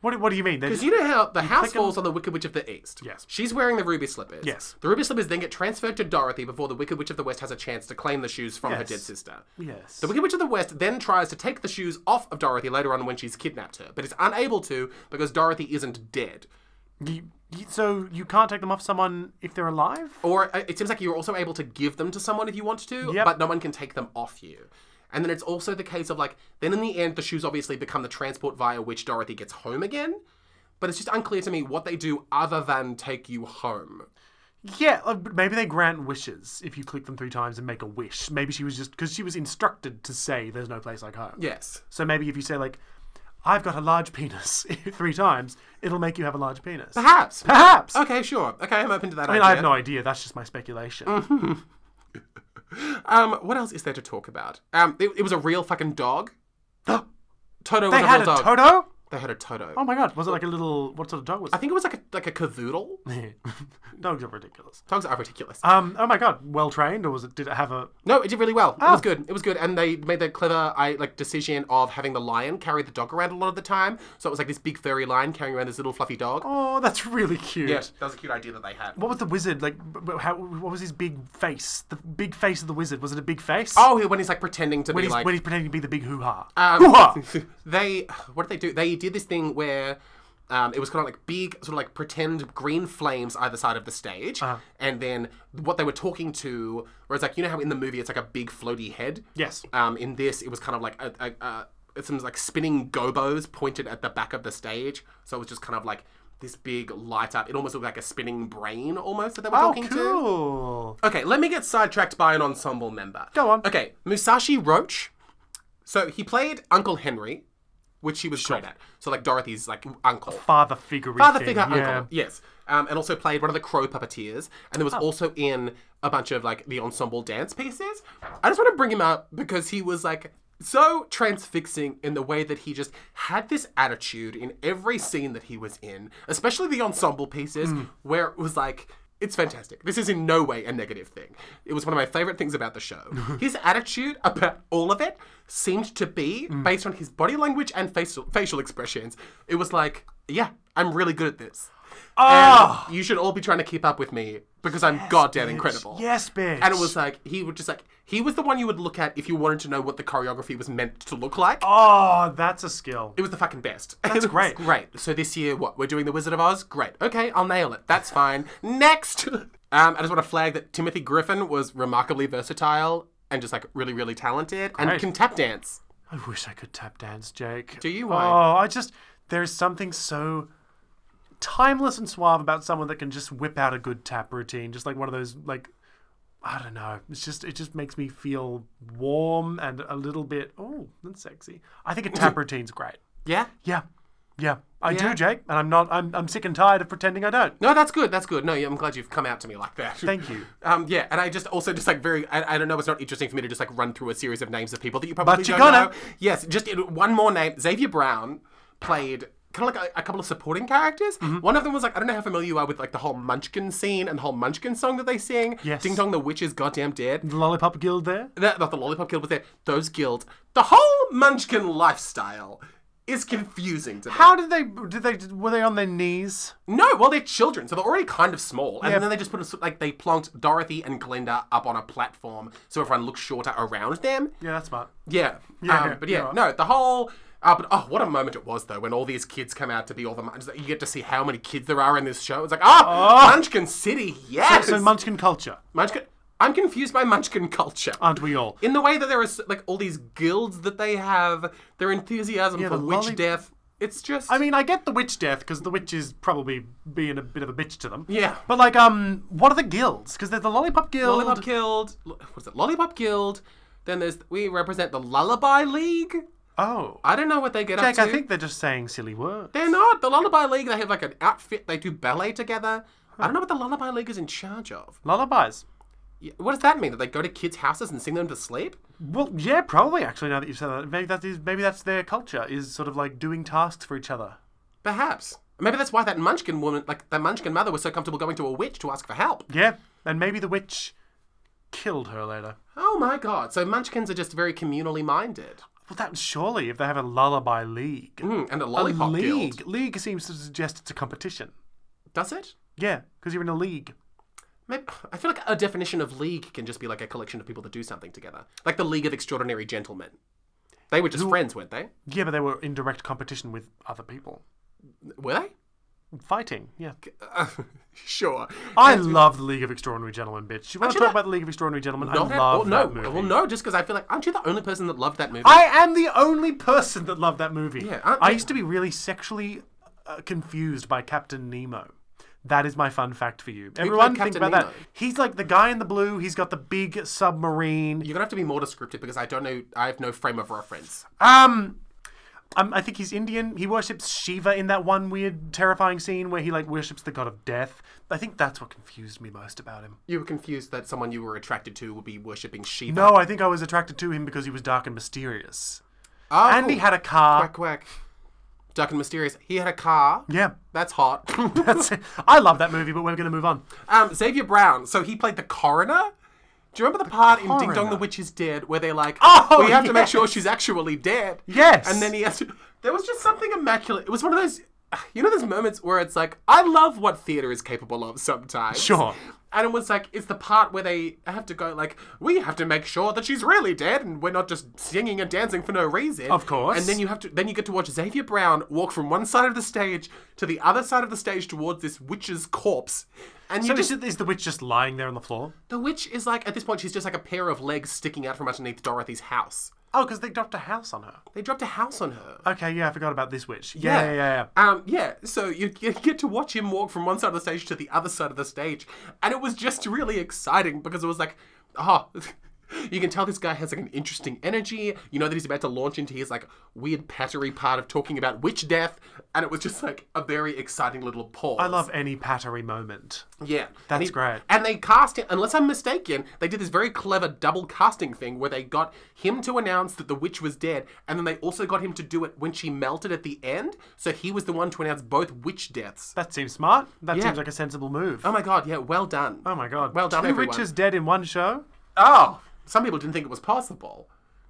Speaker 1: What, do- what do you mean? They're
Speaker 2: Because
Speaker 1: just-
Speaker 2: you know how the house falls on the Wicked Witch of the East.
Speaker 1: Yes.
Speaker 2: She's wearing the ruby slippers.
Speaker 1: Yes.
Speaker 2: The ruby slippers then get transferred to Dorothy before the Wicked Witch of the West has a chance to claim the shoes from her
Speaker 1: Yes.
Speaker 2: dead sister.
Speaker 1: yes.
Speaker 2: The Wicked Witch of the West then tries to take the shoes off of Dorothy later on when she's kidnapped her, but is unable to because Dorothy isn't dead.
Speaker 1: You- you- so you can't take them off someone if they're alive?
Speaker 2: Or uh, it seems like you're also able to give them to someone if you want to,
Speaker 1: Yep.
Speaker 2: but no one can take them off you. And then it's also the case of like, then in the end, the shoes obviously become the transport via which Dorothy gets home again. But it's just unclear to me what they do other than take you home.
Speaker 1: Yeah, uh, but maybe they grant wishes if you click them three times and make a wish. Maybe she was just because she was instructed to say there's no place like home.
Speaker 2: Yes.
Speaker 1: So maybe if you say like, "I've got a large penis" [laughs] three times, it'll make you have a large penis.
Speaker 2: Perhaps.
Speaker 1: Perhaps.
Speaker 2: Okay, sure. Okay, I'm open to that
Speaker 1: I mean,
Speaker 2: idea.
Speaker 1: I have no idea. That's just my speculation.
Speaker 2: Um, what else is there to talk about? Um, it, it was a real
Speaker 1: [gasps]
Speaker 2: fucking dog. Toto
Speaker 1: They
Speaker 2: was
Speaker 1: had
Speaker 2: a
Speaker 1: a
Speaker 2: real dog.
Speaker 1: Toto.
Speaker 2: they had a Toto.
Speaker 1: Oh my god! Was it like a little? What sort of dog was
Speaker 2: I think it was like a like a cavoodle.
Speaker 1: it? [laughs] Dogs are ridiculous.
Speaker 2: Dogs are ridiculous.
Speaker 1: Um. Oh my god! Well trained, or was it? Did it have a?
Speaker 2: No, it did really well.
Speaker 1: Ah.
Speaker 2: It was good. It was good, and they made the clever I like decision of having the lion carry the dog around a lot of the time. So it was like this big furry lion carrying around this little fluffy dog.
Speaker 1: Oh, that's really cute.
Speaker 2: Yeah, that was a cute idea that they had.
Speaker 1: What was the wizard like? b- b- How, what was his big face? The big face of the wizard. Was it a big face?
Speaker 2: Oh, when he's like pretending to
Speaker 1: when
Speaker 2: be
Speaker 1: he's,
Speaker 2: like
Speaker 1: when he's pretending to be the big hoo ha.
Speaker 2: Um,
Speaker 1: hoo ha.
Speaker 2: they [sighs] what did they do? They did this thing where um, it was kind of like big, sort of like pretend green flames either side of the stage,
Speaker 1: Uh-huh.
Speaker 2: and then what they were talking to. Whereas, like you know how in the movie it's like a big floaty head.
Speaker 1: Yes.
Speaker 2: Um, in this, it was kind of like a, a, a it's some like spinning gobos pointed at the back of the stage, so it was just kind of like this big light up. It almost looked like a spinning brain almost that they were
Speaker 1: Oh,
Speaker 2: [laughs] talking to.
Speaker 1: cool.
Speaker 2: Okay, let me get sidetracked by an ensemble member.
Speaker 1: Go on.
Speaker 2: Okay, Musashi Roach. So he played Uncle Henry, which he was great at. So like Dorothy's like uncle.
Speaker 1: Father figure.
Speaker 2: Father
Speaker 1: thing,
Speaker 2: figure
Speaker 1: yeah.
Speaker 2: uncle, yes. Um, and also played one of the crow puppeteers, and there was also in a bunch of like the ensemble dance pieces. I just want to bring him up because he was like so transfixing in the way that he just had this attitude in every scene that he was in, especially the ensemble pieces, where it was like it's fantastic. This is in no way a negative thing. It was one of my favorite things about the show. his attitude about all of it seemed to be based on his body language and facial facial expressions. It was like, yeah, I'm really good at this.
Speaker 1: Ah!
Speaker 2: And you should all be trying to keep up with me because I'm goddamn incredible.
Speaker 1: Yes, bitch.
Speaker 2: And it was like he would just like he was the one you would look at if you wanted to know what the choreography was meant to look like.
Speaker 1: Oh, that's a skill.
Speaker 2: It was the fucking best. [laughs] That's
Speaker 1: great.
Speaker 2: Great. So this year, what we're doing, The Wizard of Oz. Great. Okay, I'll nail it. That's fine. Next. [laughs] Um, I just want to flag that Timothy Griffin was remarkably versatile and just like really, really talented and
Speaker 1: Great.
Speaker 2: can tap dance.
Speaker 1: I wish I could tap dance, Jake.
Speaker 2: Do you? Why?
Speaker 1: Oh, I just there's something so timeless and suave about someone that can just whip out a good tap routine, just like one of those like I don't know. It's just it just makes me feel warm and a little bit oh, that's sexy. I think a tap routine's great.
Speaker 2: Yeah.
Speaker 1: Yeah. Yeah, I
Speaker 2: Yeah.
Speaker 1: do, Jake, and I'm not. I'm, I'm sick and tired of pretending I don't.
Speaker 2: No, that's good. That's good. No, yeah, I'm glad you've come out to me like that.
Speaker 1: Thank you.
Speaker 2: Um, yeah, and I just also just like very, I, I don't know, it's not interesting for me to just like run through a series of names of people that you probably
Speaker 1: But
Speaker 2: don't
Speaker 1: you're gonna.
Speaker 2: know. Yes, just in- one more name. Xavier Brown played kind of like a, a couple of supporting characters.
Speaker 1: Mm-hmm.
Speaker 2: One of them was like, I don't know how familiar you are with like the whole Munchkin scene and the whole Munchkin song that they sing.
Speaker 1: Yes.
Speaker 2: Ding Dong the Witch is goddamn dead.
Speaker 1: The Lollipop Guild there.
Speaker 2: That, not the Lollipop Guild was there. Those guilds. The whole Munchkin lifestyle is confusing to me.
Speaker 1: How did they? Did they? Were they on their knees?
Speaker 2: No, well, they're children, so they're already kind of small. And then they just put a, like they plonked Dorothy and Glinda up on a platform so everyone looks shorter around them.
Speaker 1: Yeah, that's smart.
Speaker 2: Yeah,
Speaker 1: Yeah,
Speaker 2: um,
Speaker 1: yeah,
Speaker 2: but yeah,
Speaker 1: you're right.
Speaker 2: no, the whole. Uh, but oh, what a moment it was though when all these kids come out to be all the mun- just, you get to see how many kids there are in this show. It's like ah, Munchkin City, yes,
Speaker 1: Oh. So Munchkin culture,
Speaker 2: Munchkin. I'm confused by Munchkin culture.
Speaker 1: aren't we all?
Speaker 2: in the way that there is like all these guilds that they have, their enthusiasm for
Speaker 1: the
Speaker 2: witch
Speaker 1: lolli-
Speaker 2: death. It's just
Speaker 1: I mean, I get the witch death because the witch is probably being a bit of a bitch to them.
Speaker 2: Yeah.
Speaker 1: But like, um, what are the guilds? Because there's the Lollipop Guild.
Speaker 2: Lollipop Guild. lo- What's it? Lollipop Guild. Then there's we represent the Lullaby League.
Speaker 1: Oh,
Speaker 2: I don't know what they get
Speaker 1: Jake,
Speaker 2: up
Speaker 1: I
Speaker 2: to.
Speaker 1: think they're just saying silly words.
Speaker 2: They're not the Lullaby League. They have like an outfit. They do ballet together. I don't know what the Lullaby League is in charge of.
Speaker 1: Lullabies.
Speaker 2: Y- What does that mean? That they go to kids' houses and sing them to sleep?
Speaker 1: Well, yeah, probably. Actually, now that you've said that, maybe that is maybe that's their culture is sort of like doing tasks for each other.
Speaker 2: Perhaps. Maybe that's why that Munchkin woman, like that Munchkin mother, was so comfortable going to a witch to ask for help.
Speaker 1: Yeah, and maybe the witch killed her later.
Speaker 2: Oh my god! So Munchkins are just very communally minded.
Speaker 1: Well, that surely if they have a lullaby league,
Speaker 2: Hmm, and
Speaker 1: a
Speaker 2: a lollipop
Speaker 1: league
Speaker 2: guild.
Speaker 1: league seems to suggest it's a competition.
Speaker 2: Does it?
Speaker 1: Yeah, because you're in a league.
Speaker 2: Maybe, I feel like a definition of league can just be like a collection of people that do something together, like the League of Extraordinary Gentlemen. They were just friends, weren't they?
Speaker 1: Yeah, but they were in direct competition with other people
Speaker 2: Were they?
Speaker 1: fighting. Yeah,
Speaker 2: Uh, [laughs] sure.
Speaker 1: I love the League of Extraordinary Gentlemen, bitch. You want to talk
Speaker 2: Actually, that-
Speaker 1: about the League of Extraordinary Gentlemen? I
Speaker 2: Not
Speaker 1: love
Speaker 2: at- well, no,
Speaker 1: that movie.
Speaker 2: well, no, just because I feel like aren't you the only person that loved that movie?
Speaker 1: I am the only person that loved that movie.
Speaker 2: Yeah, aren't
Speaker 1: I
Speaker 2: you-
Speaker 1: used to be really sexually uh, confused by Captain Nemo. That is my fun fact for you. Everyone, think
Speaker 2: Captain
Speaker 1: about that.
Speaker 2: Nemo?
Speaker 1: He's like the guy in the blue. He's got the big submarine.
Speaker 2: You're gonna have to be more descriptive because I don't know. I have no frame of reference.
Speaker 1: Um, um, I think he's Indian. He worships Shiva in that one weird, terrifying scene where he like worships the god of death. I think that's what confused me most about him.
Speaker 2: You were confused that someone you were attracted to would be worshipping Shiva.
Speaker 1: No, I think I was attracted to him because he was dark and mysterious,
Speaker 2: oh,
Speaker 1: and he had a car.
Speaker 2: quack quack. Dark and mysterious. He had a car.
Speaker 1: Yeah,
Speaker 2: That's hot. [laughs]
Speaker 1: that's it. I love that movie, but we're going to move on.
Speaker 2: Um, Xavier Brown. So he played the coroner. Do you remember the, part in Ding Dong
Speaker 1: coroner.
Speaker 2: the Witch is Dead where they're like,
Speaker 1: Oh,
Speaker 2: we have to make
Speaker 1: yes.
Speaker 2: sure she's actually dead?
Speaker 1: Yes.
Speaker 2: And then he has to. There was just something immaculate. It was one of those. You know those moments where it's like, I love what theater is capable of sometimes.
Speaker 1: Sure.
Speaker 2: And it was like, it's the part where they have to go like, we have to make sure that she's really dead, and we're not just singing and dancing for no reason.
Speaker 1: Of course.
Speaker 2: And then you have to, then you get to watch Xavier Brown walk from one side of the stage to the other side of the stage towards this witch's corpse, and
Speaker 1: So
Speaker 2: you just,
Speaker 1: is, it, is the witch just lying there on the floor?
Speaker 2: the witch is like, at this point, she's just like a pair of legs sticking out from underneath Dorothy's house.
Speaker 1: Oh, because they dropped a house on her.
Speaker 2: They dropped a house on her.
Speaker 1: Okay, yeah, I forgot about this witch. Oh, Yeah, yeah, yeah. yeah.
Speaker 2: Um, yeah, so you g- get to watch him walk from one side of the stage to the other side of the stage, and it was just really exciting because it was like, ah, [laughs] you can tell this guy has like an interesting energy. You know that he's about to launch into his like weird pattery part of talking about witch death, and it was just like a very exciting little pause.
Speaker 1: I love any pattery moment.
Speaker 2: Yeah,
Speaker 1: That's
Speaker 2: and he-
Speaker 1: great.
Speaker 2: And they cast him, unless I'm mistaken, they did this very clever double casting thing where they got him to announce that the witch was dead, and then they also got him to do it when she melted at the end. So he was the one to announce both witch deaths.
Speaker 1: That seems smart. That
Speaker 2: Yeah.
Speaker 1: seems like a sensible move.
Speaker 2: Oh my god! Yeah, well done.
Speaker 1: oh my god.
Speaker 2: well done,
Speaker 1: Two
Speaker 2: everyone.
Speaker 1: witches dead in one show?
Speaker 2: Oh, some people didn't think it was possible.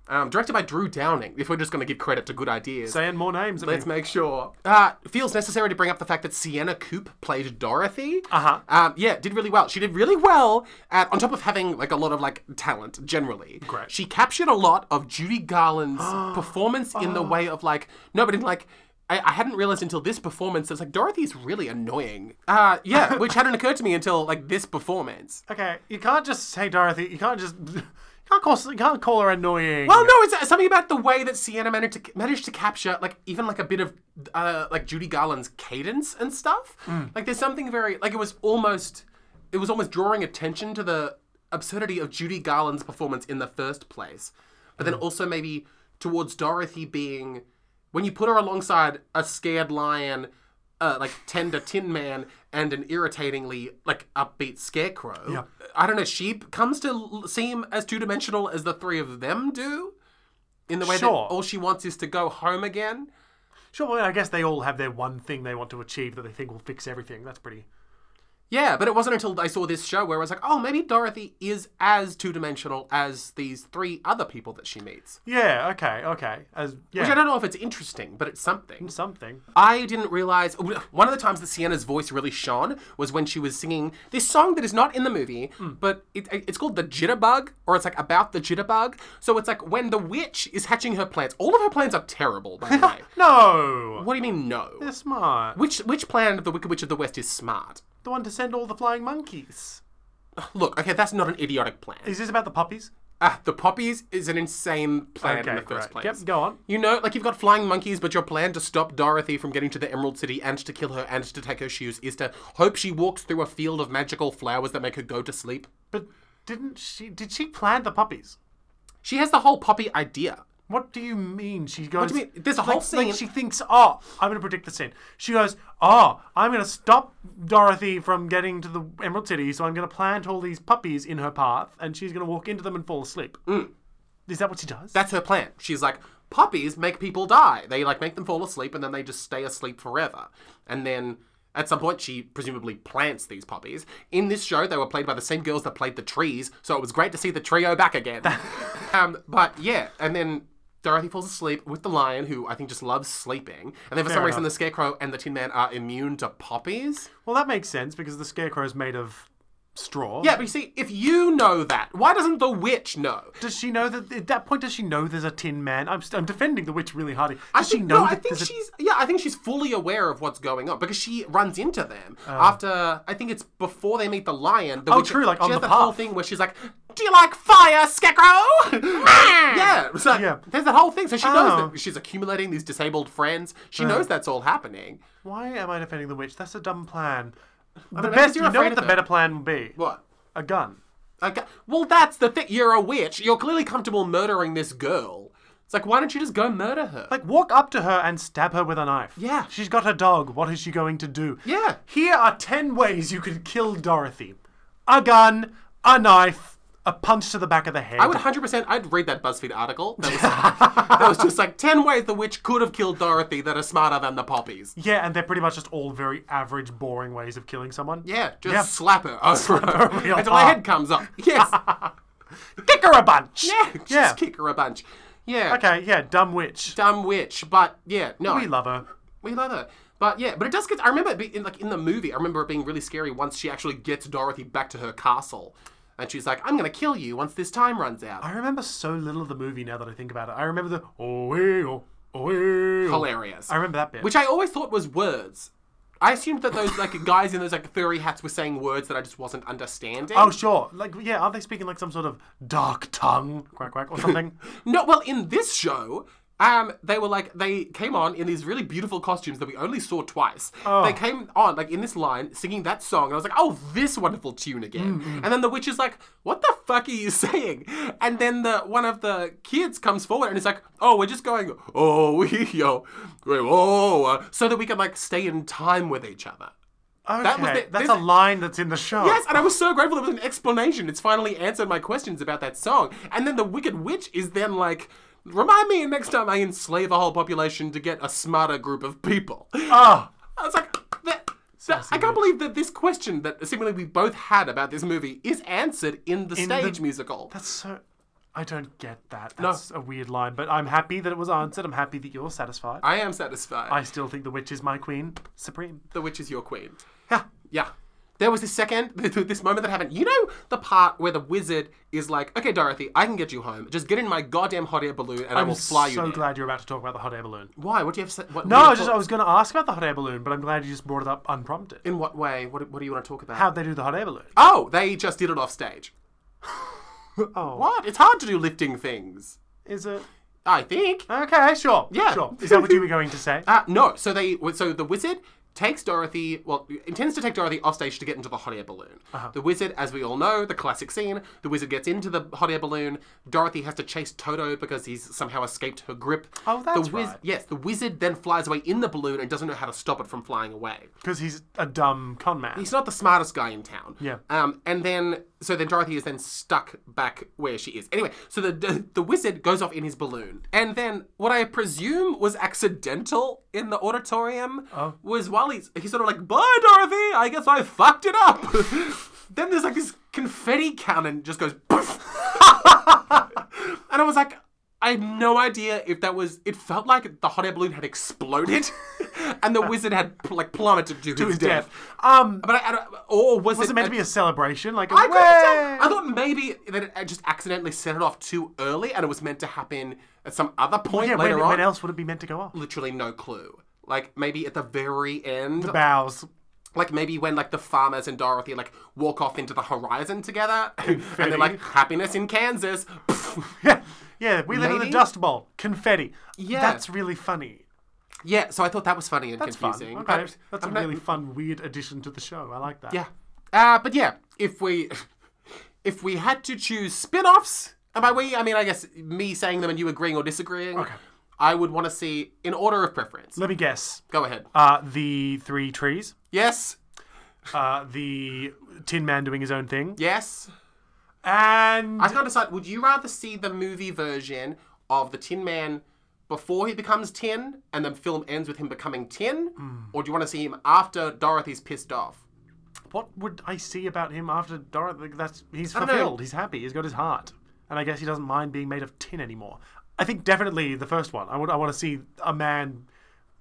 Speaker 2: Um, directed by Drew Downing. If we're just going to give credit to good ideas,
Speaker 1: Saying more names. at
Speaker 2: Let's
Speaker 1: me.
Speaker 2: make sure. Uh, feels necessary to bring up the fact that Sienna Coop played Dorothy.
Speaker 1: Uh-huh.
Speaker 2: Um, yeah, did really well. She did really well at, on top of having like a lot of like talent generally.
Speaker 1: Great.
Speaker 2: She captured a lot of Judy [gasps] Garland's performance in the way of like no, but in like. I, I hadn't realized until this performance that it's like Dorothy's really annoying. Uh, [laughs] yeah, which hadn't occurred to me until like this performance.
Speaker 1: Okay, you can't just say Dorothy. You can't just. [laughs] You can't call, you can't call her annoying.
Speaker 2: Well, no, it's uh, something about the way that Sienna managed to managed to capture like even like a bit of uh, like Judy Garland's cadence and stuff. Like there's something very like it was almost it was almost drawing attention to the absurdity of Judy Garland's performance in the first place, but then also maybe towards Dorothy being when you put her alongside a scared lion, uh, like tender Tin Man, and an irritatingly like upbeat scarecrow,
Speaker 1: Yeah.
Speaker 2: I don't know. She comes to l- seem as two dimensional as the three of them do, in the way that
Speaker 1: Sure.
Speaker 2: all she wants is to go home again.
Speaker 1: Sure, well, I guess they all have their one thing they want to achieve that they think will fix everything. That's pretty.
Speaker 2: Yeah, but it wasn't until I saw this show where I was like, oh, maybe Dorothy is as two dimensional as these three other people that she meets.
Speaker 1: Yeah. Okay. Okay. As yeah.
Speaker 2: Which I don't know if it's interesting, but it's something.
Speaker 1: something.
Speaker 2: I didn't realize one of the times that Sienna's voice really shone was when she was singing this song that is not in the movie, but it, it's called the Jitterbug, or it's like about the Jitterbug. So it's like when the witch is hatching her plans. All of her plans are terrible, by the way.
Speaker 1: No.
Speaker 2: What do you mean no?
Speaker 1: They're smart.
Speaker 2: Which which plan of the Wicked Witch of the West is smart?
Speaker 1: The one to send all the flying monkeys.
Speaker 2: Look, okay, that's not an idiotic plan.
Speaker 1: Is this about the puppies?
Speaker 2: Ah, the poppies is an insane plan in
Speaker 1: Okay.
Speaker 2: the first
Speaker 1: great.
Speaker 2: place.
Speaker 1: Yep. Go on.
Speaker 2: You know, like you've got flying monkeys, but your plan to stop Dorothy from getting to the Emerald City and to kill her and to take her shoes is to hope she walks through a field of magical flowers that make her go to sleep.
Speaker 1: But didn't she? Did she plan the puppies?
Speaker 2: She has the whole poppy idea.
Speaker 1: What do you mean? She goes.
Speaker 2: do you mean? There's a
Speaker 1: like-
Speaker 2: whole
Speaker 1: like
Speaker 2: scene-
Speaker 1: she thinks, oh, I'm going to predict the scene. She goes, oh, I'm going to stop Dorothy from getting to the Emerald City, so I'm going to plant all these puppies in her path, and she's going to walk into them and fall asleep.
Speaker 2: Mm.
Speaker 1: Is that what she does?
Speaker 2: That's her plan. She's like, poppies make people die. They like make them fall asleep and then they just stay asleep forever. And then at some point, she presumably plants these poppies. In this show, they were played by the same girls that played the trees, so it was great to see the trio back again. um, but yeah, and then Dorothy falls asleep with the lion, who I think just loves sleeping. And then for some reason, the scarecrow and the tin man are immune to poppies.
Speaker 1: well, that makes sense because the scarecrow is made of straw.
Speaker 2: Yeah, but you see, if you know that, why doesn't the witch know?
Speaker 1: Does she know that at that point? Does she know there's a Tin Man? I'm, st- I'm defending the witch really hardly. Does
Speaker 2: I think,
Speaker 1: she know
Speaker 2: no,
Speaker 1: that
Speaker 2: I think
Speaker 1: there's a
Speaker 2: she's yeah, I think she's fully aware of what's going on because she runs into them after I think it's before they meet the lion. The oh,
Speaker 1: Oh. true, like,
Speaker 2: she
Speaker 1: on
Speaker 2: has
Speaker 1: the
Speaker 2: that whole
Speaker 1: path.
Speaker 2: thing where she's like, "Do you like fire, Scarecrow?" yeah, [laughs] it's like,
Speaker 1: Yeah.
Speaker 2: There's that whole thing, so she
Speaker 1: Oh.
Speaker 2: knows that she's accumulating these disabled friends. She knows that's all happening.
Speaker 1: Why am I defending the witch? That's a dumb plan. The
Speaker 2: know,
Speaker 1: best,
Speaker 2: because
Speaker 1: you
Speaker 2: you're
Speaker 1: know
Speaker 2: afraid
Speaker 1: what
Speaker 2: of
Speaker 1: the
Speaker 2: them.
Speaker 1: better plan would be?
Speaker 2: What?
Speaker 1: A gun.
Speaker 2: Okay. Well, that's the thing. You're a witch. You're clearly comfortable murdering this girl. It's like, why don't you just go murder her?
Speaker 1: Like, walk up to her and stab her with a knife.
Speaker 2: Yeah.
Speaker 1: She's got her dog. What is she going to do?
Speaker 2: Yeah.
Speaker 1: Here are 10 ways you could kill Dorothy a gun, a knife, a punch to the back of the head.
Speaker 2: I would 100%, I'd read that BuzzFeed article. That was,
Speaker 1: [laughs]
Speaker 2: that was just like 10 ways the witch could have killed Dorothy that are smarter than the poppies.
Speaker 1: Yeah, and they're pretty much just all very average, boring ways of killing someone.
Speaker 2: Yeah, just
Speaker 1: Yeah. [laughs]
Speaker 2: slap her. Oh,
Speaker 1: real
Speaker 2: [laughs] until her
Speaker 1: hard.
Speaker 2: head
Speaker 1: [laughs]
Speaker 2: comes up. Yes.
Speaker 1: Kick her a bunch!
Speaker 2: yeah, just
Speaker 1: Yeah.
Speaker 2: kick her a bunch. Yeah.
Speaker 1: Okay, yeah, dumb witch.
Speaker 2: Dumb witch, but yeah, no.
Speaker 1: We love her.
Speaker 2: We love her. But yeah, but it does get. I remember it being like in the movie. I remember it being really scary once she actually gets Dorothy back to her castle, and she's like, "I'm gonna kill you once this time runs out."
Speaker 1: I remember so little of the movie now that I think about it. I remember the oh, eh, oh, oh, eh, oh.
Speaker 2: Hilarious.
Speaker 1: I remember that bit.
Speaker 2: which I always thought was words. I assumed that those like guys in those like furry hats were saying words that I just wasn't understanding.
Speaker 1: Oh, sure. Like, yeah, aren't they speaking like some sort of dark tongue, quack quack, or
Speaker 2: [laughs]
Speaker 1: something?
Speaker 2: no! Well, in this show, um, they were like they came on in these really beautiful costumes that we only saw twice. They came on like in this line singing that song, and I was like, "Oh, this wonderful tune again!" And then the witch is like, "What the fuck are you [laughs] saying?" And then the one of the kids comes forward and is like, "Oh, we're just going, oh, [laughs] we, yo, we- oh," uh, so that we can like stay in time with each other.
Speaker 1: Okay,
Speaker 2: was the-
Speaker 1: that's
Speaker 2: this-
Speaker 1: a line that's in the show.
Speaker 2: Yes, and I was so grateful there was an explanation. It's finally answered my questions about that song. And then the Wicked Witch is then like, remind me next time I enslave a whole population to get a smarter group of people.
Speaker 1: Ah,
Speaker 2: I was like, that, that- I can't believe that this question that seemingly we both had about this movie is answered in the
Speaker 1: the-
Speaker 2: stage musical.
Speaker 1: that's so. I don't get that. That's a weird line, but I'm happy that it was answered. I'm happy that you're satisfied. I,
Speaker 2: I am satisfied.
Speaker 1: still think the witch is my queen, supreme.
Speaker 2: the witch is your queen.
Speaker 1: Ha.
Speaker 2: Yeah. There was this second, [laughs] this moment that happened. You know the part where the wizard is like, okay, Dorothy, I can get you home. Just get in my goddamn hot air balloon and i
Speaker 1: I'm
Speaker 2: will fly you
Speaker 1: so
Speaker 2: there."
Speaker 1: glad you're about to talk about the hot air balloon.
Speaker 2: Why? What do you have to say? What,
Speaker 1: No,
Speaker 2: what
Speaker 1: I
Speaker 2: do
Speaker 1: was
Speaker 2: you
Speaker 1: just
Speaker 2: talk-
Speaker 1: I was going to ask about the hot air balloon, but I'm glad you just brought it up unprompted.
Speaker 2: In what way? What, what do you want to talk about?
Speaker 1: How'd they do the hot air balloon?
Speaker 2: Oh, they just did it off stage.
Speaker 1: Oh.
Speaker 2: What? It's hard to do lifting things.
Speaker 1: Is it?
Speaker 2: I think.
Speaker 1: Okay, sure.
Speaker 2: Yeah. [laughs]
Speaker 1: Sure. Is that what you were going to say?
Speaker 2: Uh, no, so they so the wizard takes Dorothy, well, intends to take Dorothy off stage to get into the hot air balloon.
Speaker 1: Uh-huh.
Speaker 2: The wizard, as we all know, the classic scene, the wizard gets into the hot air balloon. Dorothy has to chase Toto because he's somehow escaped her grip.
Speaker 1: Oh, that's
Speaker 2: the wiz-
Speaker 1: right.
Speaker 2: Yes, the wizard then flies away in the balloon and doesn't know how to stop it from flying away.
Speaker 1: because he's a dumb con man.
Speaker 2: He's not the smartest guy in town.
Speaker 1: Yeah.
Speaker 2: Um, and then so then Dorothy is then stuck back where she is. Anyway, so the, the the wizard goes off in his balloon, and then what I presume was accidental in the auditorium
Speaker 1: Oh.
Speaker 2: was while he's he's sort of like, "Bye, Dorothy. I guess I fucked it up." [laughs] then there's like this confetti cannon just goes, poof. [laughs] and I was like. I had no idea if that was. It felt like the hot air balloon had exploded, [laughs] and the wizard had pl- like plummeted to, his,
Speaker 1: his
Speaker 2: death.
Speaker 1: death. Um,
Speaker 2: But I, I don't, or was,
Speaker 1: was it meant to be a celebration? Like, a
Speaker 2: I, couldn't
Speaker 1: way!
Speaker 2: tell. I thought maybe that it just accidentally set it off too early, and it was meant to happen at some other point
Speaker 1: yeah,
Speaker 2: later
Speaker 1: when,
Speaker 2: on.
Speaker 1: when else would it be meant to go off?
Speaker 2: Literally no clue. Like maybe at the very end,
Speaker 1: Bows.
Speaker 2: like maybe when like the farmers and Dorothy like walk off into the horizon together, [laughs] and they're like happiness in Kansas. [laughs]
Speaker 1: Yeah, yeah. We live in the
Speaker 2: Maybe?
Speaker 1: Dust Bowl. Confetti.
Speaker 2: Yeah.
Speaker 1: that's really funny.
Speaker 2: yeah, so I thought that was funny and
Speaker 1: That's
Speaker 2: confusing.
Speaker 1: fun.
Speaker 2: but
Speaker 1: Okay. That's a
Speaker 2: I'm not-
Speaker 1: really fun, weird addition to the show. I like that.
Speaker 2: Yeah. Uh, but yeah, if we [laughs] if we had to choose spin-offs, and by we I mean I guess me saying them and you agreeing or disagreeing. Okay. I would want to see in order of preference.
Speaker 1: Let me guess.
Speaker 2: Go ahead.
Speaker 1: Uh, the three trees.
Speaker 2: yes.
Speaker 1: Uh, the Tin Man doing his own thing.
Speaker 2: Yes.
Speaker 1: And
Speaker 2: I can't decide. Would you rather see the movie version of the Tin Man before he becomes tin, and the film ends with him becoming tin, or do you want to see him after Dorothy's pissed off?
Speaker 1: what would I see about him after Dorothy? That's he's
Speaker 2: don't know.
Speaker 1: fulfilled. He's happy. He's got his heart, and I guess he doesn't mind being made of tin anymore. I think definitely the first one. I want. I want to see a man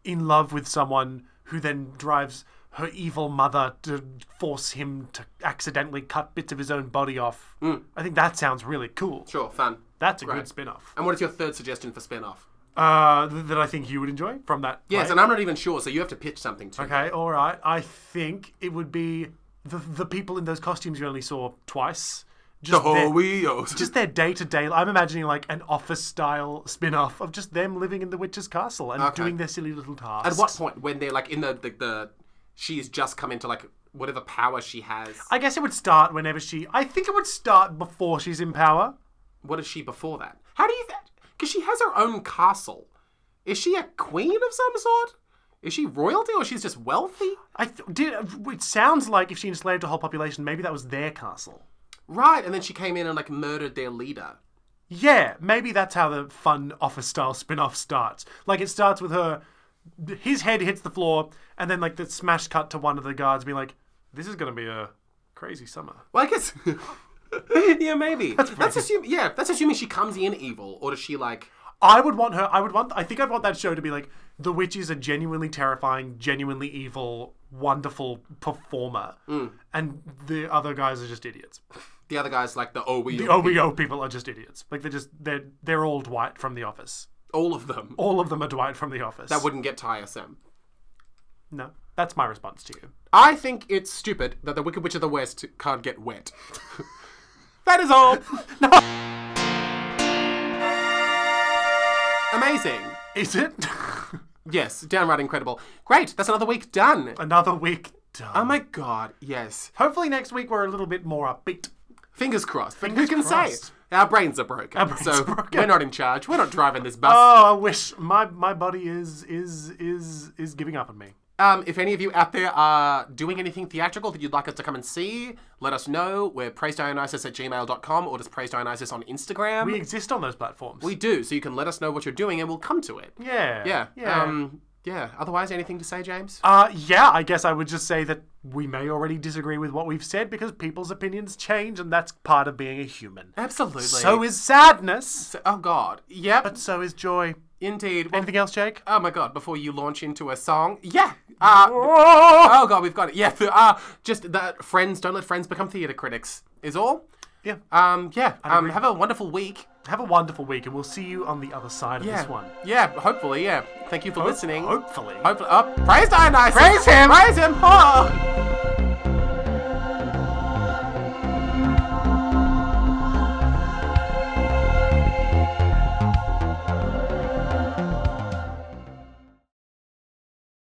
Speaker 1: in love with someone who then drives her evil mother to force him to accidentally cut bits of his own body off. I think that sounds really cool.
Speaker 2: Mm. Sure, fun.
Speaker 1: That's a good spin-off
Speaker 2: And what is your third suggestion for spin-off?
Speaker 1: uh, th- that I think you would enjoy from that.
Speaker 2: Yes,
Speaker 1: play.
Speaker 2: and I'm not even sure, so you have to pitch something to me.
Speaker 1: Okay, all right. I think it would be the the people in those costumes you only saw twice. Just their-
Speaker 2: Oreos.
Speaker 1: just their day to day. I'm imagining like an office style spin off of just them living in the witch's castle and doing their silly little tasks.
Speaker 2: At what point when they're like in the the, the she's just come into like whatever power she has.
Speaker 1: I guess it would start whenever she. I think it would start before she's in power.
Speaker 2: What is she before that? How do you? Because she has her own castle. Is she a queen of some sort? Is she royalty or she's just wealthy?
Speaker 1: I th- did. It sounds like if she enslaved a whole population, maybe that was their castle.
Speaker 2: Right, and then she came in and like murdered their leader.
Speaker 1: Yeah, maybe that's how the fun office style spin off starts. Like it starts with her, his head hits the floor, and then like the smash cut to one of the guards being like, "This is gonna be a crazy summer."
Speaker 2: Well, I guess. [laughs] yeah, maybe. That's, assuming. Yeah, that's assuming she comes in evil, or does she like?
Speaker 1: I would want her. I would want. I think I'd want that show to be like the witch is a genuinely terrifying, genuinely evil, wonderful performer, and the other guys are just idiots.
Speaker 2: The other guys like the oh we
Speaker 1: The OBO people are just idiots. Like they're just they're they're all Dwight from The Office.
Speaker 2: all of them.
Speaker 1: All of them are Dwight from The Office.
Speaker 2: That wouldn't get tiresome.
Speaker 1: no. That's my response to you.
Speaker 2: I think it's stupid that the Wicked Witch of the West can't get wet. [laughs] that is all. [laughs] No. Amazing.
Speaker 1: Is it? [laughs]
Speaker 2: Yes, downright incredible. Great, that's another week done.
Speaker 1: Another week done.
Speaker 2: Oh my god, yes.
Speaker 1: Um, Hopefully next week we're a little bit more upbeat.
Speaker 2: Fingers crossed, but who can
Speaker 1: crossed.
Speaker 2: say? Our brains are broken.
Speaker 1: brains
Speaker 2: so
Speaker 1: are broken.
Speaker 2: we're not in charge. We're not driving this bus.
Speaker 1: Oh, I wish my my body is is is is giving up on me.
Speaker 2: Um, if any of you out there are doing anything theatrical that you'd like us to come and see, let us know. We're praisedionysus at gmail.com or just praisedionysus on Instagram.
Speaker 1: We exist on those platforms.
Speaker 2: We do, so you can let us know what you're doing and we'll come to it.
Speaker 1: yeah.
Speaker 2: Yeah.
Speaker 1: Yeah.
Speaker 2: Um, yeah. Otherwise, anything to say, James?
Speaker 1: uh, yeah, I guess I would just say that we may already disagree with what we've said because people's opinions change and that's part of being a human.
Speaker 2: Absolutely.
Speaker 1: So is sadness.
Speaker 2: oh, God. Yep.
Speaker 1: So is joy.
Speaker 2: indeed. Well,
Speaker 1: Anything else, Jake?
Speaker 2: oh, my God. Before you launch into a song. Yeah. Uh,
Speaker 1: Oh!
Speaker 2: oh, God. We've got it. Yeah. Uh, just that friends, don't let friends become theatre critics, is all.
Speaker 1: Yeah.
Speaker 2: Um, yeah. Um, have a wonderful week.
Speaker 1: Have a wonderful week and we'll see you on the other side of
Speaker 2: Yeah.
Speaker 1: this one.
Speaker 2: Yeah. Hopefully. Yeah. Thank you for listening.
Speaker 1: Hopefully.
Speaker 2: Hopefully. Oh, praise Dionysus. Praise him. Praise him. Oh.